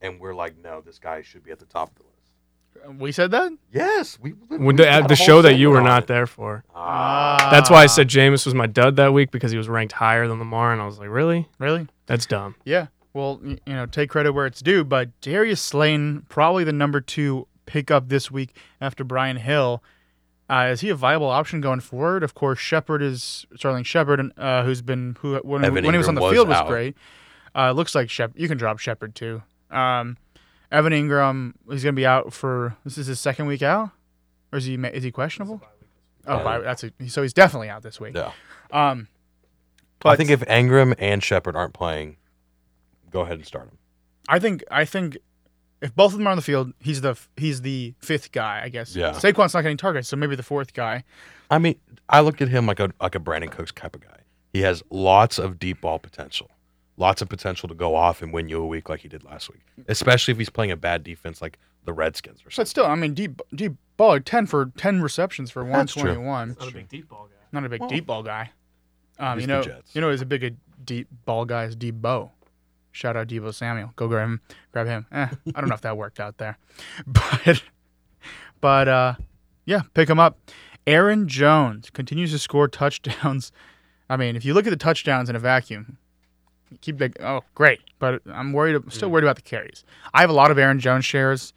[SPEAKER 2] and we're like, no, this guy should be at the top of the list.
[SPEAKER 1] We said that.
[SPEAKER 2] Yes, we. we-
[SPEAKER 3] when
[SPEAKER 2] we
[SPEAKER 3] the, at
[SPEAKER 2] got
[SPEAKER 3] the
[SPEAKER 2] a whole
[SPEAKER 3] show that you
[SPEAKER 2] segment
[SPEAKER 3] were
[SPEAKER 2] on
[SPEAKER 3] not
[SPEAKER 2] it.
[SPEAKER 3] there for.
[SPEAKER 2] Ah.
[SPEAKER 3] That's why I
[SPEAKER 1] Uh,
[SPEAKER 3] said Jameis was my dud that week because he was ranked higher than Lamar, and I was like, really?
[SPEAKER 1] really.
[SPEAKER 3] That's dumb.
[SPEAKER 1] Yeah. Well, y- you know, take credit where it's due, but Darius Slayton, probably the number two pickup this week after Brian Hill. Uh, is he a viable option going forward? Of course, Shepard is Sterling Shepard, uh, who's been who when, when
[SPEAKER 2] Evan
[SPEAKER 1] he was
[SPEAKER 2] Ingram
[SPEAKER 1] on the
[SPEAKER 2] was
[SPEAKER 1] field was
[SPEAKER 2] out.
[SPEAKER 1] great. Uh, it looks like Shep. You can drop Shepard too. Um, Evan Ingram is going to be out for this is his second week out, or is he ma- is he questionable? Oh,
[SPEAKER 2] Yeah.
[SPEAKER 1] bye- that's a, so he's definitely out this week.
[SPEAKER 2] Yeah.
[SPEAKER 1] Um,
[SPEAKER 2] I think if Ingram and Shepard aren't playing, go ahead and start him.
[SPEAKER 1] I think I think if both of them are on the field, he's the he's the fifth guy, I guess.
[SPEAKER 2] Yeah.
[SPEAKER 1] Saquon's not getting targets, so maybe the fourth guy.
[SPEAKER 2] I mean, I look at him like a like a Brandon Cooks type of guy. He has lots of deep ball potential, lots of potential to go off and win you a week like he did last week, especially if he's playing a bad defense like the Redskins or
[SPEAKER 1] But
[SPEAKER 2] something.
[SPEAKER 1] still, I mean, deep deep ball, ten for ten receptions for one
[SPEAKER 2] That's true.
[SPEAKER 1] twenty one.
[SPEAKER 3] Not a big deep ball guy.
[SPEAKER 1] Not a big
[SPEAKER 2] Well,
[SPEAKER 1] deep ball guy. Um,
[SPEAKER 2] he's
[SPEAKER 1] you
[SPEAKER 2] the
[SPEAKER 1] know,
[SPEAKER 2] Jets.
[SPEAKER 1] you know, he's a big a deep ball guy is Debo. Shout out Debo Samuel. Go grab him. Grab him. Eh, I don't know if that worked out there, but but uh, yeah, pick him up. Aaron Jones continues to score touchdowns. I mean, if you look at the touchdowns in a vacuum, keep big. Oh, great! But I'm worried. I'm
[SPEAKER 2] Mm.
[SPEAKER 1] still worried about the carries. I have a lot of Aaron Jones shares.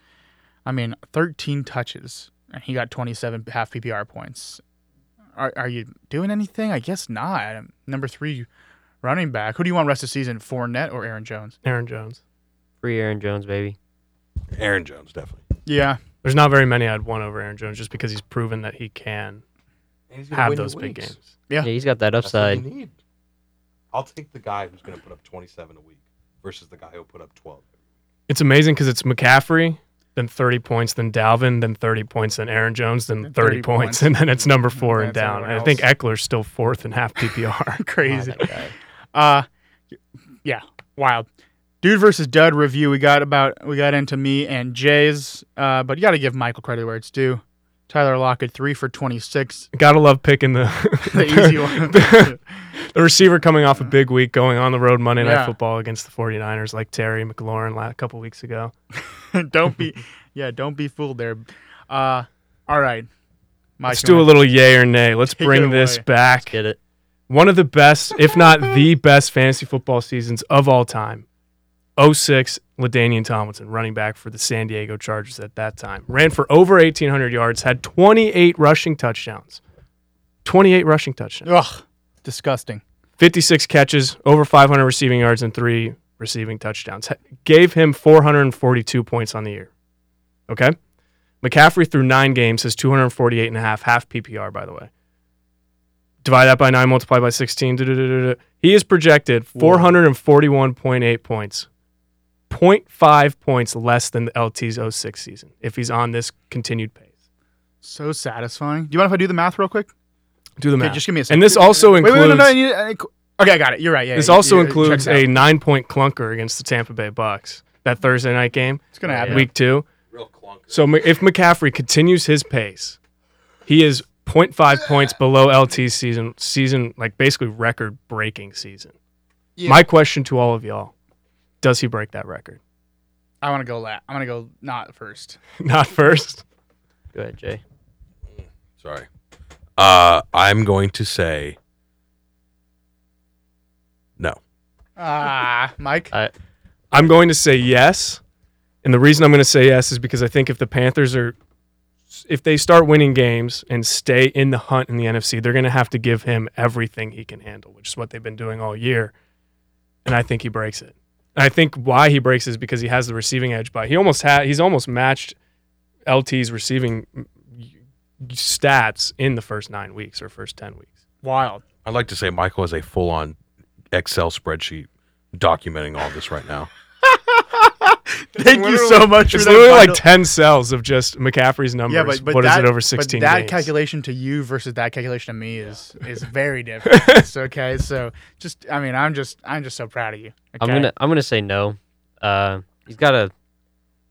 [SPEAKER 1] I mean, 13 touches, and he got 27 half PPR points. Are, are you doing anything? I guess not. Um, Number three running back. Who do you want rest of the season? Fournette or Aaron Jones?
[SPEAKER 3] Aaron Jones.
[SPEAKER 5] Free Aaron Jones, baby.
[SPEAKER 2] Aaron Jones definitely.
[SPEAKER 1] Yeah,
[SPEAKER 3] There's not very many I'd want over Aaron Jones just because he's proven that he can have those big games.
[SPEAKER 1] Yeah.
[SPEAKER 5] Yeah, he's got that upside.
[SPEAKER 2] That's what you need. I'll take the guy who's going to put up 27 a week versus the guy who'll put up 12.
[SPEAKER 3] It's amazing because it's McCaffrey, then 30 points, then Dalvin, then 30 points, then Aaron Jones, then
[SPEAKER 1] Then
[SPEAKER 3] 30,
[SPEAKER 1] 30 points.
[SPEAKER 3] points, and then it's number four and
[SPEAKER 1] That's
[SPEAKER 3] down.
[SPEAKER 1] everyone
[SPEAKER 3] And I think
[SPEAKER 1] else.
[SPEAKER 3] Eckler's still fourth in half PPR.
[SPEAKER 1] crazy.
[SPEAKER 5] That guy.
[SPEAKER 1] Uh, yeah, wild. Dude versus Dud review. We got about we got into me and Jay's, uh, but you got to give Michael credit where it's due. Tyler Lockett three for twenty six.
[SPEAKER 3] Gotta love picking the
[SPEAKER 1] The easy one.
[SPEAKER 3] the receiver coming off a big week, going on the road Monday Night
[SPEAKER 1] Yeah.
[SPEAKER 3] Football against the 49ers, like Terry McLaurin la- a couple weeks ago.
[SPEAKER 1] don't be, yeah, don't be fooled there. Uh, all right, Mike,
[SPEAKER 3] Let's
[SPEAKER 1] you
[SPEAKER 3] do a
[SPEAKER 1] wanna-
[SPEAKER 3] little yay or nay. Let's
[SPEAKER 1] Take it
[SPEAKER 3] bring this
[SPEAKER 1] away.
[SPEAKER 3] back.
[SPEAKER 5] Get it?
[SPEAKER 3] One of the best, if not the best, fantasy football seasons of all time. 06, LaDainian Tomlinson, running back for the San Diego Chargers at that time. Ran for over 1,800 yards, had 28 rushing touchdowns. 28 rushing touchdowns.
[SPEAKER 1] Ugh, disgusting.
[SPEAKER 3] 56 catches, over 500 receiving yards, and three receiving touchdowns. Ha- Gave him 442 points on the year. Okay? McCaffrey through nine games has 248 and a half, half PPR, by the way. Divide that by nine, multiply by 16. duh, duh, duh, duh, duh. He is projected 441.8 points, 0.5 points less than the LT's 06 season if he's on this continued pace.
[SPEAKER 1] So satisfying. Do you mind if I do the math real quick?
[SPEAKER 3] Do the math.
[SPEAKER 1] just give me a
[SPEAKER 3] and this
[SPEAKER 1] second.
[SPEAKER 3] also
[SPEAKER 1] Wait,
[SPEAKER 3] includes.
[SPEAKER 1] wait, no, no, I need, I, okay, I got it. You're right. Yeah,
[SPEAKER 3] This
[SPEAKER 1] you-
[SPEAKER 3] also
[SPEAKER 1] you- it
[SPEAKER 3] includes
[SPEAKER 1] checks out.
[SPEAKER 3] a nine point clunker against the Tampa Bay Bucks that Thursday night game,
[SPEAKER 1] It's gonna happen.
[SPEAKER 3] week two.
[SPEAKER 2] Real clunker.
[SPEAKER 3] So M- if McCaffrey continues his pace, he is 0.5 points below LT's season, season like basically record breaking season.
[SPEAKER 1] Yeah.
[SPEAKER 3] My question to all of y'all does he break that record?
[SPEAKER 1] I want to go la I'm gonna go not first.
[SPEAKER 3] Not first.
[SPEAKER 5] Go ahead, Jay.
[SPEAKER 2] Sorry. Uh, I'm going to say no.
[SPEAKER 1] Ah,
[SPEAKER 3] Uh,
[SPEAKER 1] Mike.
[SPEAKER 5] I
[SPEAKER 3] I'm going to say yes. And the reason I'm going to say yes is because I think if the Panthers are, if they start winning games and stay in the hunt in the NFC, they're going to have to give him everything he can handle, which is what they've been doing all year. And I think he breaks it. And I think why he breaks it is because he has the receiving edge by he almost had he's almost matched LT's receiving stats in the first nine weeks or first ten weeks.
[SPEAKER 1] Wild.
[SPEAKER 2] I'd like to say Michael has a full on Excel spreadsheet documenting all this right now.
[SPEAKER 1] Thank you
[SPEAKER 3] literally-
[SPEAKER 1] so much for
[SPEAKER 3] It's
[SPEAKER 1] that.
[SPEAKER 3] literally like
[SPEAKER 1] vital-
[SPEAKER 3] ten cells of just McCaffrey's numbers.
[SPEAKER 1] yeah, but, but
[SPEAKER 3] what is
[SPEAKER 1] that,
[SPEAKER 3] it over
[SPEAKER 1] but
[SPEAKER 3] sixteen?
[SPEAKER 1] that
[SPEAKER 3] games?
[SPEAKER 1] calculation to you versus that calculation to me is is very different. It's okay, so just I mean, I'm just I'm just so proud of you. Okay?
[SPEAKER 5] I'm gonna I'm gonna say no. Uh, he's got a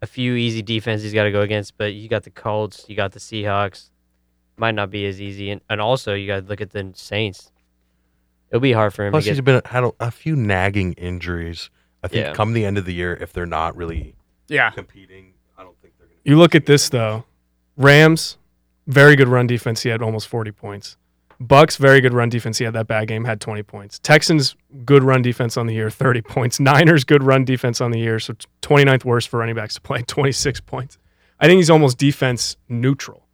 [SPEAKER 5] a few easy defenses he's got to go against, but you got the Colts, you got the Seahawks. Might not be as easy, and, and also you got to look at the Saints. It'll be hard for him
[SPEAKER 2] Plus,
[SPEAKER 5] to
[SPEAKER 2] he's
[SPEAKER 5] get.
[SPEAKER 2] been uh, had a, a few nagging injuries. I think
[SPEAKER 5] Yeah.
[SPEAKER 2] come the end of the year, if they're not really
[SPEAKER 1] yeah.
[SPEAKER 2] competing, I don't think they're going to.
[SPEAKER 3] You look at this though. Rams, very good run defense. He had almost 40 points. Bucks, very good run defense. He had that bad game, had 20 points. Texans, good run defense on the year, 30 points. Niners, good run defense on the year, so 29th worst for running backs to play, 26 points. I think he's almost defense neutral.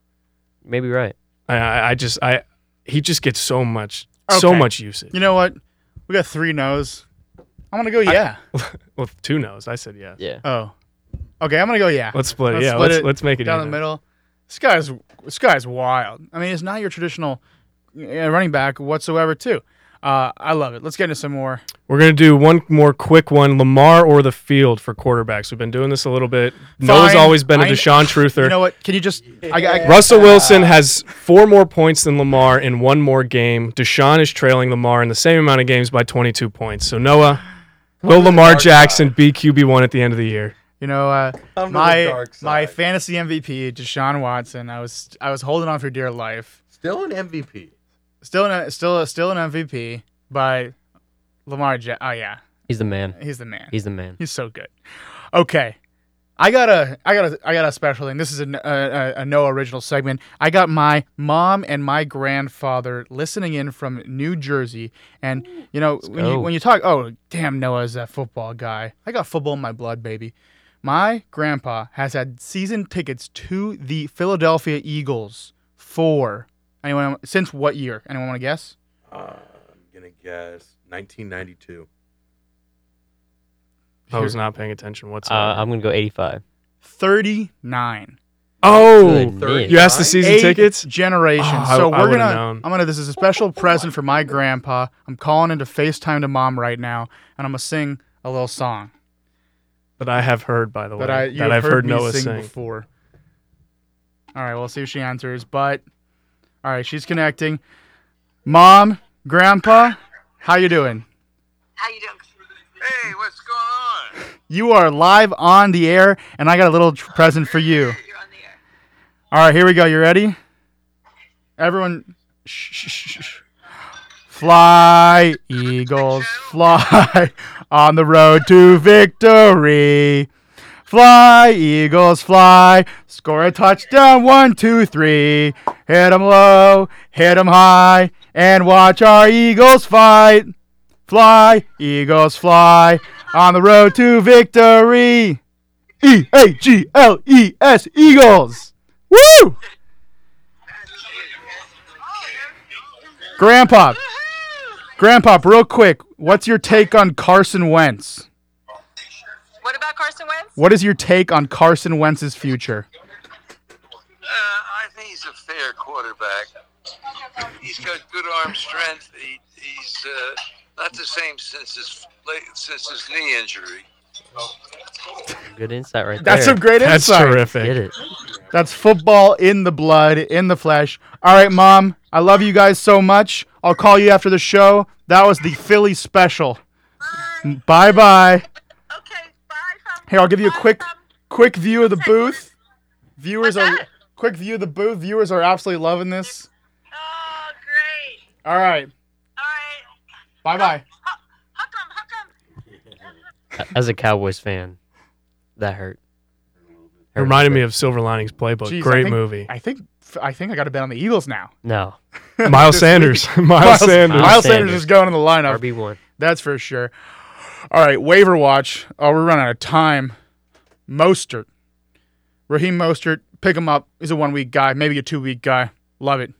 [SPEAKER 5] Maybe right.
[SPEAKER 3] I, I I just, I, he just gets so much, so
[SPEAKER 1] Okay.
[SPEAKER 3] much usage.
[SPEAKER 1] You know what? We got three no's. I'm gonna go yeah.
[SPEAKER 3] Well, two knows. I said yes.
[SPEAKER 5] Yeah.
[SPEAKER 1] oh, okay. I'm gonna go yeah.
[SPEAKER 3] Let's split it.
[SPEAKER 1] Let's
[SPEAKER 3] Yeah,
[SPEAKER 1] split
[SPEAKER 3] let's,
[SPEAKER 1] it
[SPEAKER 3] let's make it
[SPEAKER 1] down the
[SPEAKER 3] even.
[SPEAKER 1] middle. This guy's this guy's wild. I mean, it's not your traditional uh, running back whatsoever, too. Uh, I love it. Let's get into some more.
[SPEAKER 3] We're gonna do one more quick one: Lamar or the field for quarterbacks. We've been doing this a little bit. Noah's
[SPEAKER 1] Fine.
[SPEAKER 3] always been a
[SPEAKER 1] I-
[SPEAKER 3] Deshaun truther.
[SPEAKER 1] You know what? Can you just? I, I,
[SPEAKER 3] Russell Wilson has four more points than Lamar in one more game. Deshaun is trailing Lamar in the same amount of games by 22 points. So Noah, will Lamar Jackson be QB one at the end of the year?
[SPEAKER 1] You know, uh,
[SPEAKER 2] Come to the
[SPEAKER 1] my
[SPEAKER 2] dark
[SPEAKER 1] my
[SPEAKER 2] side.
[SPEAKER 1] fantasy MVP, Deshaun Watson. I was I was holding on for dear life.
[SPEAKER 2] Still an MVP.
[SPEAKER 1] Still an still still an MVP, but Lamar. Ja- oh yeah,
[SPEAKER 5] He's the man.
[SPEAKER 1] he's the man.
[SPEAKER 5] He's the man.
[SPEAKER 1] He's so good. Okay. I got a, I got a, I got a special thing. This is a, a, a no original segment. I got my mom and my grandfather listening in from New Jersey, and you know when you,
[SPEAKER 5] go.
[SPEAKER 1] when you talk, oh damn, Noah's that football guy. I got football in my blood, baby. My grandpa has had season tickets to the Philadelphia Eagles for anyone since what year? Anyone want to guess?
[SPEAKER 2] Uh, I'm going to guess 1992.
[SPEAKER 3] I was not paying attention
[SPEAKER 5] Uh,
[SPEAKER 3] whatsoever.
[SPEAKER 5] I'm gonna go 85.
[SPEAKER 1] Thirty nine.
[SPEAKER 3] oh,
[SPEAKER 5] Goodness.
[SPEAKER 3] you asked the season
[SPEAKER 1] Eighth
[SPEAKER 3] tickets?
[SPEAKER 1] generation.
[SPEAKER 3] Oh, I-
[SPEAKER 1] so
[SPEAKER 3] I
[SPEAKER 1] we're
[SPEAKER 3] would've
[SPEAKER 1] gonna.
[SPEAKER 3] known.
[SPEAKER 1] I'm gonna. This is a special present for my grandpa. I'm calling into FaceTime to mom right now, and I'm gonna sing a little song
[SPEAKER 3] That I have heard, by the way.
[SPEAKER 1] that I you
[SPEAKER 3] that
[SPEAKER 1] have
[SPEAKER 3] I've heard,
[SPEAKER 1] me
[SPEAKER 3] Noah
[SPEAKER 1] sing,
[SPEAKER 3] sing.
[SPEAKER 1] before. All right, we'll see if she answers. But all right, she's connecting. Mom, grandpa, how you doing?
[SPEAKER 6] How you doing?
[SPEAKER 4] Hey, what's going on?
[SPEAKER 1] You are live on the air, and I got a little tr- present for you.
[SPEAKER 6] You're on the air.
[SPEAKER 1] All right, here we go. You ready? Everyone, shh, shh, shh, shh. fly, Eagles, fly on the road to victory. Fly, Eagles, fly. Score a touchdown, one, two, three. Hit 'em low, hit 'em high, and watch our Eagles fight. Fly, Eagles, fly on the road to victory. E A G L E S, Eagles. Woo! Grandpa, Grandpa, real quick, what's your take on Carson Wentz?
[SPEAKER 6] What about Carson Wentz?
[SPEAKER 1] What is your take on Carson Wentz's future?
[SPEAKER 4] Uh, I think he's a fair quarterback. He's got good arm strength. He, he's uh, not the same since his late, since his knee injury.
[SPEAKER 5] Good insight right
[SPEAKER 1] That's
[SPEAKER 5] there.
[SPEAKER 1] some great
[SPEAKER 3] That's
[SPEAKER 1] insight.
[SPEAKER 3] terrific.
[SPEAKER 5] Get it.
[SPEAKER 1] That's football in the blood, in the flesh. All right, Mom, I love you guys so much. I'll call you after the show. That was the Philly special. Bye bye.
[SPEAKER 6] Okay, bye. From,
[SPEAKER 1] Here, I'll give you a quick- Quick view of the booth. Viewers
[SPEAKER 6] What's
[SPEAKER 1] are
[SPEAKER 6] that?
[SPEAKER 1] quick view of the booth. Viewers are absolutely loving this.
[SPEAKER 6] Oh, great.
[SPEAKER 1] All right.
[SPEAKER 6] All right.
[SPEAKER 1] Bye bye.
[SPEAKER 6] Huck 'em, huck 'em.
[SPEAKER 5] A- As a Cowboys fan, that hurt.
[SPEAKER 3] It reminded me of Silver Linings Playbook.
[SPEAKER 1] Jeez, I
[SPEAKER 3] Great
[SPEAKER 1] think-
[SPEAKER 3] movie.
[SPEAKER 1] I think I think I got to bet on the Eagles now.
[SPEAKER 5] No.
[SPEAKER 3] Miles Sanders. Miles Sanders.
[SPEAKER 1] Miles
[SPEAKER 5] Miles
[SPEAKER 1] Sanders is going in the lineup.
[SPEAKER 5] RB one.
[SPEAKER 1] That's for sure. All right, waiver watch. Oh, we're running out of time. Mostert, Raheem Mostert, pick him up. He's a one week guy, maybe a two week guy. Love it.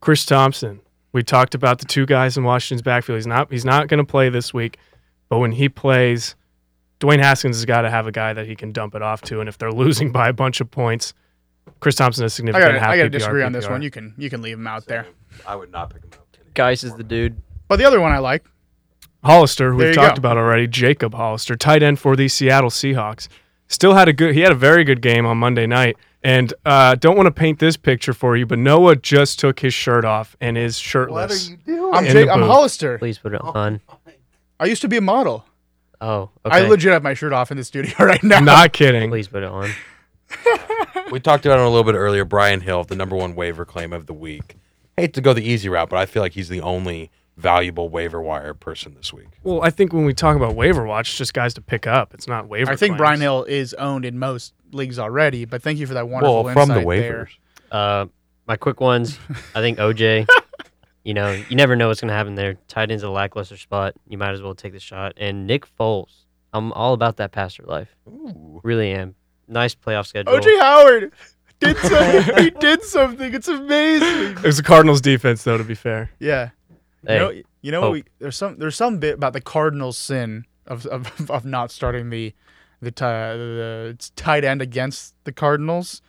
[SPEAKER 3] Chris Thompson. We talked about the two guys in Washington's backfield. He's not he's not going to play this week, but when he plays, Dwayne Haskins has got to have a guy that he can dump it off to. And if they're losing by a bunch of points, Chris Thompson is
[SPEAKER 1] I
[SPEAKER 3] significant.
[SPEAKER 1] gotta,
[SPEAKER 3] half
[SPEAKER 1] I gotta
[SPEAKER 3] PPR,
[SPEAKER 1] disagree on this
[SPEAKER 3] PPR.
[SPEAKER 1] one. You can you can leave him out there.
[SPEAKER 2] I would not pick him up.
[SPEAKER 5] Geis is the dude.
[SPEAKER 1] But the other one I like,
[SPEAKER 3] Hollister, who
[SPEAKER 1] There
[SPEAKER 3] we've
[SPEAKER 1] you
[SPEAKER 3] talked
[SPEAKER 1] go.
[SPEAKER 3] about already, Jacob Hollister, tight end for the Seattle Seahawks, still had a good. He had a very good game on Monday night, and uh, don't want to paint this picture for you, but Noah just took his shirt off and is shirtless.
[SPEAKER 2] doing?
[SPEAKER 1] I'm
[SPEAKER 3] In
[SPEAKER 1] Jake,
[SPEAKER 3] the
[SPEAKER 1] I'm
[SPEAKER 3] booth.
[SPEAKER 1] Hollister.
[SPEAKER 5] Please put it on.
[SPEAKER 1] I used to be a model.
[SPEAKER 5] Oh, okay.
[SPEAKER 1] I legit have my shirt off in the studio right now.
[SPEAKER 3] Not kidding.
[SPEAKER 5] Please put it on.
[SPEAKER 2] We talked about it a little bit earlier. Brian Hill, the number one waiver claim of the week. Hate to go the easy route, but I feel like he's the only valuable waiver wire person this week.
[SPEAKER 3] Well, I think when we talk about waiver watch, it's just guys to pick up. It's not waiver.
[SPEAKER 1] I think
[SPEAKER 3] claims.
[SPEAKER 1] Brian Hill is owned in most leagues already, but thank you for that wonderful
[SPEAKER 2] Well, from the
[SPEAKER 1] insight
[SPEAKER 2] waivers.
[SPEAKER 1] there.
[SPEAKER 5] Uh, my quick ones. I think OJ. you know, you never know what's gonna happen there. Tight end's a lackluster spot. You might as well take the shot. And Nick Foles. I'm all about that pastor life.
[SPEAKER 2] Ooh.
[SPEAKER 5] Really am. Nice playoff schedule.
[SPEAKER 1] OJ Howard did something. he did something. It's amazing.
[SPEAKER 3] It was the Cardinals defense, though. To be fair,
[SPEAKER 1] Yeah.
[SPEAKER 5] Hey,
[SPEAKER 1] you know, you know what
[SPEAKER 5] hope.
[SPEAKER 1] we, there's some there's some bit about the Cardinals' sin of of, of not starting the the, ti- the tight end against the Cardinals.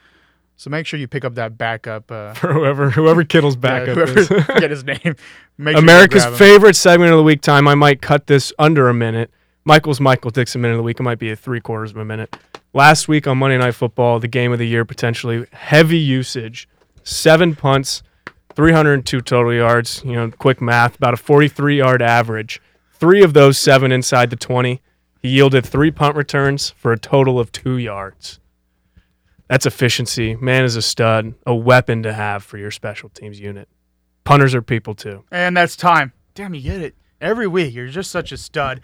[SPEAKER 1] So make sure you pick up that backup. Uh,
[SPEAKER 3] for whoever whoever Kittle's
[SPEAKER 1] yeah,
[SPEAKER 3] backup
[SPEAKER 1] whoever-
[SPEAKER 3] is.
[SPEAKER 1] forget his name. Make sure you
[SPEAKER 3] America's
[SPEAKER 1] grab him.
[SPEAKER 3] favorite segment of the week time. I might cut this under a minute. Michael's Michael Dixon minute of the week. It might be a three quarters of a minute. Last week on Monday Night Football, the game of the year potentially heavy usage, seven punts, 302 total yards. You know, quick math, about a 43 yard average. Three of those seven inside the 20. He yielded three punt returns for a total of two yards. That's efficiency. Man is a stud, a weapon to have for your special teams unit. Punters are people too.
[SPEAKER 1] And that's time. Damn, you get it. Every week, you're just such a stud.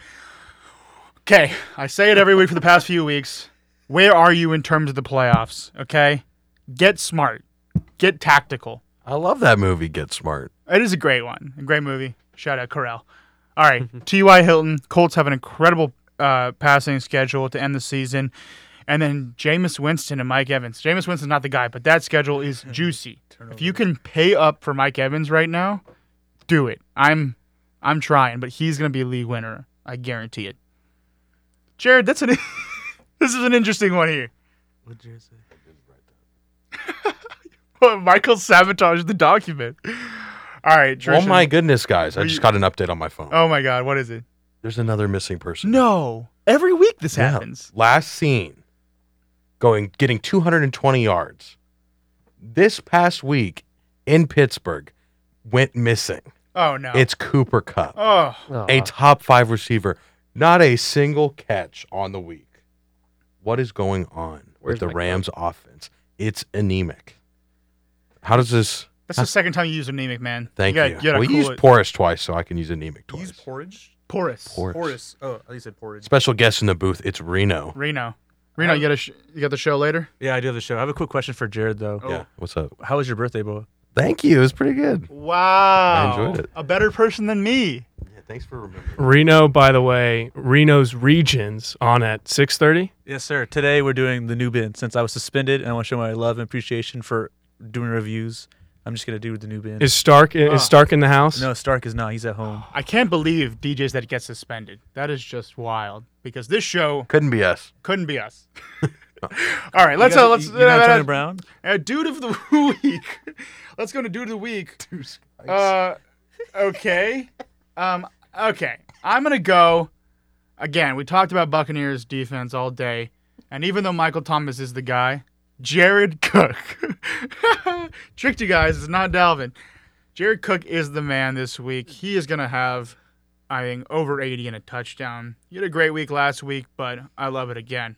[SPEAKER 1] Okay, I say it every week for the past few weeks. Where are you in terms of the playoffs? Okay? Get smart. Get tactical.
[SPEAKER 2] I love that movie, Get Smart.
[SPEAKER 1] It is a great one. A great movie. Shout out Corral. All right, T.Y. Hilton. Colts have an incredible uh, passing schedule to end the season. And then Jameis Winston and Mike Evans. Jameis Winston's not the guy, but that schedule is juicy. If you can pay up for Mike Evans right now, do it. I'm I'm trying, but he's gonna be a league winner. I guarantee it. Jared, that's an this is an interesting one here. What did you say? Michael sabotaged the document. All right,
[SPEAKER 2] Oh
[SPEAKER 1] Trishan.
[SPEAKER 2] my goodness, guys! I
[SPEAKER 1] Were
[SPEAKER 2] just
[SPEAKER 1] you-
[SPEAKER 2] got an update on my phone.
[SPEAKER 1] Oh my God, what is it?
[SPEAKER 2] There's another missing person.
[SPEAKER 1] No, every week this
[SPEAKER 2] Yeah.
[SPEAKER 1] happens.
[SPEAKER 2] Last seen going getting 220 yards. This past week in Pittsburgh went missing.
[SPEAKER 1] Oh no.
[SPEAKER 2] It's Cooper Cup,
[SPEAKER 1] oh
[SPEAKER 5] Aw.
[SPEAKER 2] a top five receiver. Not a single catch on the week. What is going on
[SPEAKER 5] Where's
[SPEAKER 2] with the
[SPEAKER 5] my
[SPEAKER 2] Rams offense? It's anemic. How does this?
[SPEAKER 1] that's the second time you use anemic, man.
[SPEAKER 2] Thank
[SPEAKER 1] you.
[SPEAKER 2] you.
[SPEAKER 1] Gotta, gotta
[SPEAKER 2] we
[SPEAKER 1] cool
[SPEAKER 2] used
[SPEAKER 1] it.
[SPEAKER 2] porous twice, so I can use anemic twice.
[SPEAKER 7] Use porridge.
[SPEAKER 1] porous.
[SPEAKER 2] Porous.
[SPEAKER 7] Porous. Oh, I said porridge.
[SPEAKER 2] Special guest in the booth. It's Reno.
[SPEAKER 1] Reno. Reno, you got a sh- you got the show later.
[SPEAKER 7] Yeah, I do have the show. I have a quick question for Jared though.
[SPEAKER 2] Yeah. What's up?
[SPEAKER 7] How was your birthday, boy?
[SPEAKER 2] Thank you. It was pretty good.
[SPEAKER 1] Wow.
[SPEAKER 2] I enjoyed it.
[SPEAKER 1] A better person than me.
[SPEAKER 2] Yeah, thanks for remembering.
[SPEAKER 3] Reno, by the way, Reno's regions on at six thirty.
[SPEAKER 7] Yes, sir. Today we're doing the new bin. Since I was suspended, and I want to show my love and appreciation for doing reviews. I'm just gonna do the new bin.
[SPEAKER 3] Is Stark
[SPEAKER 1] Ah.
[SPEAKER 3] is Stark in the house?
[SPEAKER 7] no, Stark is not. He's at home.
[SPEAKER 1] I can't believe DJs that get suspended. That is just wild because this show
[SPEAKER 2] Couldn't be us.
[SPEAKER 1] couldn't be us. All right, let's
[SPEAKER 7] you guys,
[SPEAKER 1] uh, let's
[SPEAKER 7] you, you know
[SPEAKER 1] uh,
[SPEAKER 7] Antonio Brown.
[SPEAKER 1] uh, dude of the week. let's go to dude of the week. Uh, okay. Um, okay. I'm gonna go. Again, we talked about Buccaneers defense all day, and even though Michael Thomas is the guy, Jared Cook tricked you guys. It's not Dalvin. Jared Cook is the man this week. He is gonna have, I think, over 80 and a touchdown. You had a great week last week, but I love it again.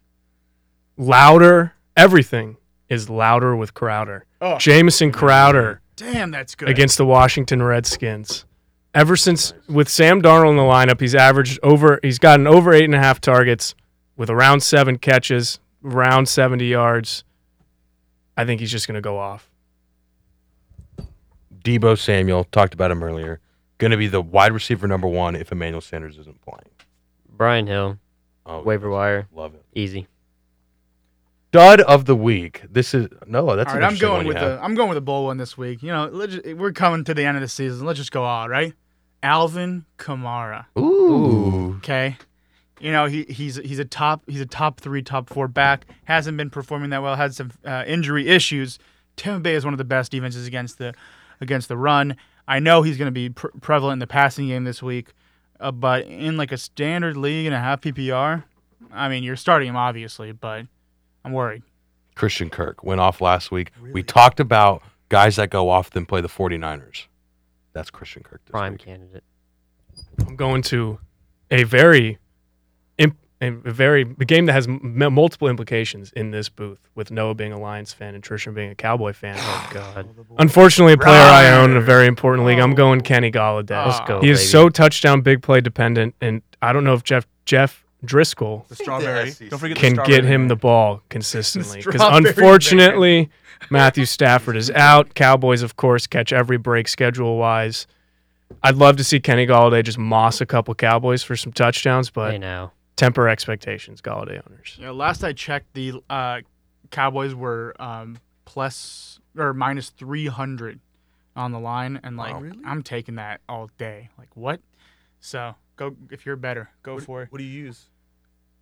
[SPEAKER 3] Louder. Everything is louder with Crowder.
[SPEAKER 1] Oh,
[SPEAKER 3] Jamison Crowder
[SPEAKER 1] damn, that's good.
[SPEAKER 3] against the Washington Redskins. Ever since with Sam Darnold in the lineup, he's averaged over. He's gotten over eight and a half targets with around seven catches, around seventy yards. I think he's just going to go off.
[SPEAKER 2] Debo Samuel talked about him earlier. Going to be the wide receiver number one if Emmanuel Sanders isn't playing.
[SPEAKER 5] Brian Hill,
[SPEAKER 2] Oh,
[SPEAKER 5] waiver wire,
[SPEAKER 2] Love it.
[SPEAKER 5] easy.
[SPEAKER 2] Dud of the week. This is no. That's
[SPEAKER 1] all
[SPEAKER 2] an
[SPEAKER 1] right, I'm
[SPEAKER 2] interesting
[SPEAKER 1] going
[SPEAKER 2] one you
[SPEAKER 1] with
[SPEAKER 2] have.
[SPEAKER 1] the I'm going with a bowl one this week. You know, let's ju- we're coming to the end of the season. Let's just go all right. Alvin Kamara.
[SPEAKER 2] Ooh.
[SPEAKER 1] Okay, you know he he's he's a top he's a top three top four back. Hasn't been performing that well. Had some uh, injury issues. Tampa Bay is one of the best defenses against the against the run. I know he's going to be pre- prevalent in the passing game this week. uh, but in like a standard league and a half PPR, I mean, you're starting him obviously, but I'm worried.
[SPEAKER 2] Christian Kirk went off last week. We talked about guys that go off then play the 49ers. That's Christian Kirk. This
[SPEAKER 5] prime
[SPEAKER 2] week.
[SPEAKER 5] candidate.
[SPEAKER 3] I'm going to a very, imp, a very a game that has m- multiple implications in this booth. With Noah being a Lions fan and Trishan being a Cowboy fan.
[SPEAKER 5] Oh God,
[SPEAKER 3] Unfortunately, a player I own in a very important league. I'm going Kenny Galladay.
[SPEAKER 5] let's
[SPEAKER 1] Ah.
[SPEAKER 5] go.
[SPEAKER 3] he is
[SPEAKER 5] Oh, baby.
[SPEAKER 3] so touchdown big play dependent, and I don't know if Jeff Jeff Driscoll
[SPEAKER 7] The
[SPEAKER 2] think the
[SPEAKER 7] strawberry.
[SPEAKER 2] SEC
[SPEAKER 7] Don't forget
[SPEAKER 3] can
[SPEAKER 7] the
[SPEAKER 3] get
[SPEAKER 7] strawberry.
[SPEAKER 3] him the ball consistently. Because
[SPEAKER 1] Strawberry
[SPEAKER 3] unfortunately, Matthew Stafford is out. Cowboys, of course, catch every break schedule wise. I'd love to see Kenny Galladay just moss a couple Cowboys for some touchdowns, but
[SPEAKER 5] you know
[SPEAKER 3] temper expectations, Galladay owners.
[SPEAKER 1] You know, last I checked, the uh, Cowboys were um, plus or minus 300 on the line, and like
[SPEAKER 2] Wow. Really?
[SPEAKER 1] I'm taking that all day. Like what? So go if you're better, go
[SPEAKER 7] What,
[SPEAKER 1] for it.
[SPEAKER 7] what do you use?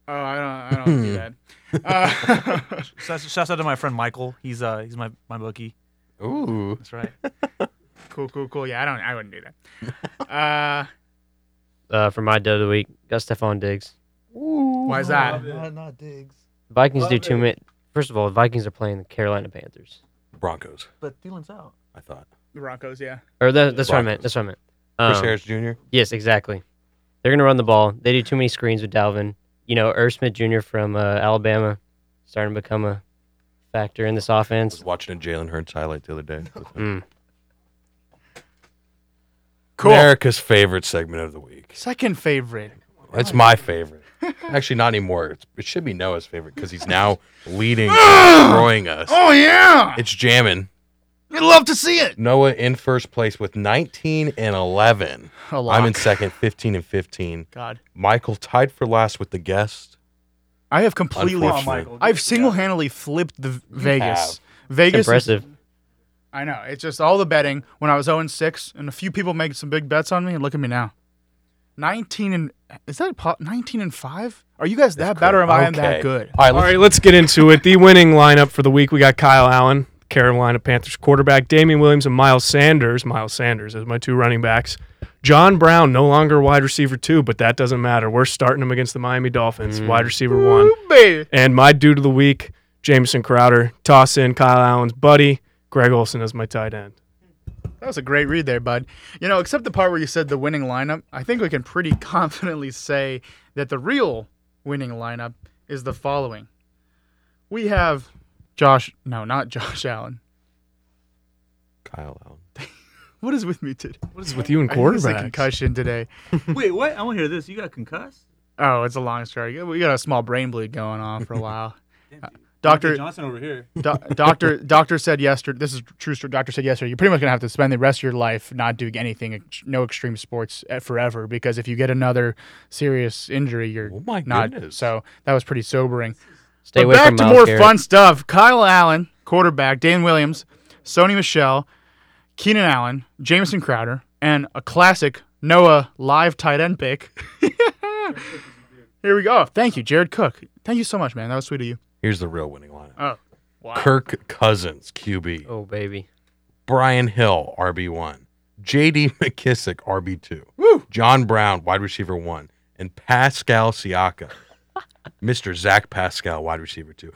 [SPEAKER 1] Oh, I don't, I don't do that. Uh,
[SPEAKER 7] Shouts, shouts out to my friend Michael. He's uh he's my my bookie.
[SPEAKER 2] Ooh.
[SPEAKER 7] That's right.
[SPEAKER 1] cool, cool, cool. Yeah, I don't, I wouldn't do that. Uh,
[SPEAKER 5] uh, for my dud of the week, got Stephon Diggs.
[SPEAKER 1] why is that?
[SPEAKER 7] not Diggs,
[SPEAKER 5] The Vikings do
[SPEAKER 7] Love
[SPEAKER 5] too many. First of all, the Vikings are playing the Carolina Panthers.
[SPEAKER 2] Broncos,
[SPEAKER 7] but Dylan's out.
[SPEAKER 2] I thought.
[SPEAKER 1] The Broncos, yeah.
[SPEAKER 5] Or that, that's what I meant.
[SPEAKER 2] Broncos.
[SPEAKER 5] That's what I meant.
[SPEAKER 2] Chris
[SPEAKER 5] Um,
[SPEAKER 2] Harris Jr.
[SPEAKER 5] Yes, exactly. They're gonna run the ball. They do too many screens with Dalvin. You know, Irv Smith Jr. from uh, Alabama starting to become a factor in this
[SPEAKER 2] I was
[SPEAKER 5] offense.
[SPEAKER 2] watching a Jalen Hurts highlight the other day.
[SPEAKER 5] Mm.
[SPEAKER 1] Cool.
[SPEAKER 2] America's favorite segment of the week.
[SPEAKER 1] Second favorite.
[SPEAKER 2] That's my favorite. Actually, not anymore. It's, it should be Noah's favorite because he's now leading, and destroying us.
[SPEAKER 1] Oh yeah,
[SPEAKER 2] It's jamming.
[SPEAKER 1] you'd love to see it.
[SPEAKER 2] Noah in first place with 19 and 11.
[SPEAKER 1] A lot.
[SPEAKER 2] I'm in second, 15 and 15.
[SPEAKER 1] God,
[SPEAKER 2] Michael tied for last with the guest.
[SPEAKER 1] I have completely.
[SPEAKER 2] Unfortunately. Michael,
[SPEAKER 1] I've single-handedly flipped the Vegas. Vegas. is-
[SPEAKER 5] Impressive.
[SPEAKER 1] I know. It's just all the betting when I was 0 and 6, and a few people made some big bets on me, and look at me now. 19 and is that po- 19 and 5? Are you guys that bad or am I am that
[SPEAKER 2] Okay.
[SPEAKER 1] good?
[SPEAKER 2] All right,
[SPEAKER 3] All
[SPEAKER 2] let's-
[SPEAKER 3] right, let's get into it. The winning lineup for the week we got Kyle Allen, Carolina Panthers quarterback, Damian Williams, and Miles Sanders. Miles Sanders as my two running backs. John Brown, no longer wide receiver two, but that doesn't matter. We're starting him against the Miami Dolphins,
[SPEAKER 2] Mm-hmm.
[SPEAKER 3] wide receiver one.
[SPEAKER 1] Baby.
[SPEAKER 3] And my dude of the week, Jameson Crowder. Toss in Kyle Allen's buddy, Greg Olson as my tight end.
[SPEAKER 1] That was a great read there, bud. You know, except the part where you said the winning lineup, I think we can pretty confidently say that the real winning lineup is the following. We have Josh, no, not Josh Allen.
[SPEAKER 2] Kyle Allen.
[SPEAKER 1] What is with me today?
[SPEAKER 3] What is with you and
[SPEAKER 1] I think it's a
[SPEAKER 3] quarterback?
[SPEAKER 1] concussion today.
[SPEAKER 7] Wait, what? I want to hear this. You got concussed?
[SPEAKER 1] Oh, it's a long story. We got a small brain bleed going on for a while. Uh,
[SPEAKER 7] Dave
[SPEAKER 1] Doctor,
[SPEAKER 7] Johnson over here.
[SPEAKER 1] Do- doctor doctor said yesterday this is true story doctor said yesterday you're pretty much going to have to spend the rest of your life not doing anything ex- no extreme sports eh, forever because if you get another serious injury you're
[SPEAKER 2] Oh my
[SPEAKER 1] not
[SPEAKER 2] goodness.
[SPEAKER 1] so that was pretty sobering
[SPEAKER 5] Stay
[SPEAKER 1] but
[SPEAKER 5] away
[SPEAKER 1] back
[SPEAKER 5] from
[SPEAKER 1] to
[SPEAKER 5] Miles
[SPEAKER 1] more
[SPEAKER 5] Garrett.
[SPEAKER 1] fun stuff kyle allen quarterback dan williams sony michelle keenan allen jameson crowder and a classic noah live tight end pick here we go thank you jared cook thank you so much man that was sweet of you
[SPEAKER 2] Here's the real winning lineup.
[SPEAKER 1] oh wow
[SPEAKER 2] Kirk Cousins, QB.
[SPEAKER 5] Oh baby.
[SPEAKER 2] Brian Hill, RB1. JD McKissick, RB2.
[SPEAKER 1] Woo.
[SPEAKER 2] John Brown, wide receiver 1. And Pascal Siaka, Mr. Zach Pascal, wide receiver 2.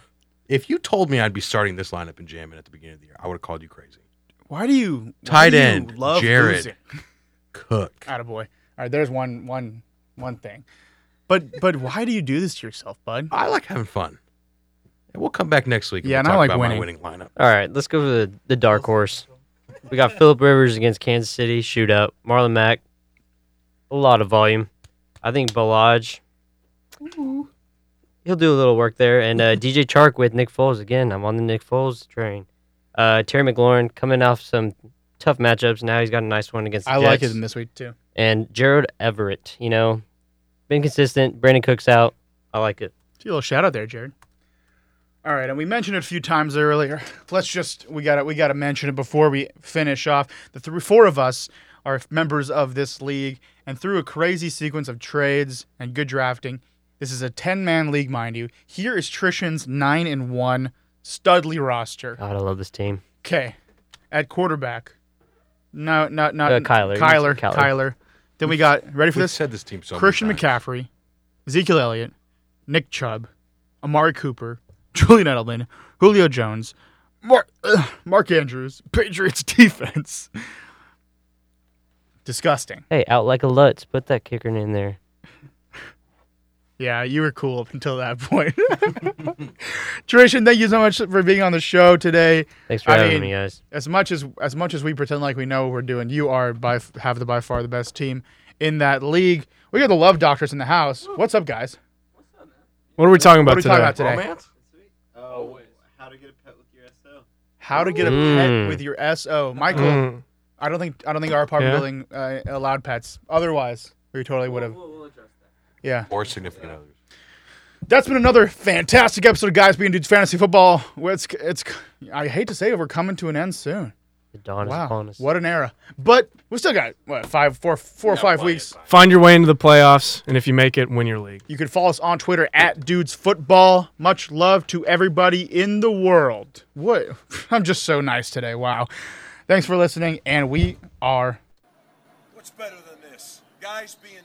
[SPEAKER 2] If you told me I'd be starting this lineup and jamming at the beginning of the year, I would have called you crazy.
[SPEAKER 1] Why do you why
[SPEAKER 2] Tight
[SPEAKER 1] do you
[SPEAKER 2] end,
[SPEAKER 1] love
[SPEAKER 2] Jared.
[SPEAKER 1] losing?
[SPEAKER 2] Cook.
[SPEAKER 1] Attaboy. All right, there's one one one thing. But but why do you do this to yourself, bud?
[SPEAKER 2] I like having fun. And we'll come back next week.
[SPEAKER 1] Yeah,
[SPEAKER 2] we'll
[SPEAKER 1] and I
[SPEAKER 2] talk
[SPEAKER 1] like
[SPEAKER 2] about my
[SPEAKER 1] winning.
[SPEAKER 2] winning lineup.
[SPEAKER 5] All right, let's go to the, the dark horse. We got Philip Rivers against Kansas City shootout. Marlon Mack, a lot of volume. I think Balaj, he'll do a little work there. And uh, DJ Chark with Nick Foles again. I'm on the Nick Foles train. Uh, Terry McLaurin coming off some tough matchups. Now he's got a nice one against. The
[SPEAKER 1] I like
[SPEAKER 5] Jets.
[SPEAKER 1] him this week too.
[SPEAKER 5] And Jared Everett, you know, been consistent. Brandon Cooks out. I like it.
[SPEAKER 1] Do a little shout out there, Jared. All right, and we mentioned it a few times earlier. Let's just we got to we got to mention it before we finish off. The three, four of us are members of this league, and through a crazy sequence of trades and good drafting, this is a ten-man league, mind you. Here is Trishan's nine and one Studley roster.
[SPEAKER 5] God, I love this team.
[SPEAKER 1] Okay, at quarterback. No, not not
[SPEAKER 5] Uh, Kyler.
[SPEAKER 1] Kyler.
[SPEAKER 5] Kyler.
[SPEAKER 1] Kyler. Then we got ready for
[SPEAKER 2] We've
[SPEAKER 1] this:
[SPEAKER 2] said this team so many
[SPEAKER 1] Christian
[SPEAKER 2] times.
[SPEAKER 1] McCaffrey, Ezekiel Elliott, Nick Chubb, Amari Cooper, Julian Edelman, Julio Jones, Mark, Mark Andrews, Patriots defense. Disgusting.
[SPEAKER 5] Hey, out like a Lutz. Put that kicker in there.
[SPEAKER 1] Yeah, you were cool up until that point. Trishan, thank you so much for being on the show today.
[SPEAKER 5] Thanks for
[SPEAKER 1] I
[SPEAKER 5] having
[SPEAKER 1] mean,
[SPEAKER 5] me, guys.
[SPEAKER 1] As much as as much as we pretend like we know what we're doing, you are by f- have the by far the best team in that league. We got the love doctors in the house. What's up, guys?
[SPEAKER 3] What are we talking about
[SPEAKER 1] what are we
[SPEAKER 3] today?
[SPEAKER 1] talking about today?
[SPEAKER 8] Oh, how to get a pet with your SO.
[SPEAKER 1] How to get a
[SPEAKER 5] Mm.
[SPEAKER 1] pet with your SO, Michael?
[SPEAKER 3] Mm.
[SPEAKER 1] I don't think I don't think our apartment
[SPEAKER 3] Yeah.
[SPEAKER 1] building uh, allowed pets. Otherwise, we totally would have. Yeah.
[SPEAKER 2] or significant others.
[SPEAKER 1] that's been another fantastic episode of Guys Being Dudes Fantasy Football. Well, It's it's I hate to say it, we're coming to an end soon.
[SPEAKER 5] The dawn is
[SPEAKER 1] Wow,
[SPEAKER 5] upon us.
[SPEAKER 1] what an era! But we still got what five, four, four or five weeks.
[SPEAKER 3] Find your way into the playoffs, and if you make it, win your league.
[SPEAKER 1] You can follow us on Twitter at Dudes Football. Much love to everybody in the world. What? I'm just so nice today. Wow. Thanks for listening, and we are
[SPEAKER 9] What's better than this? Guys being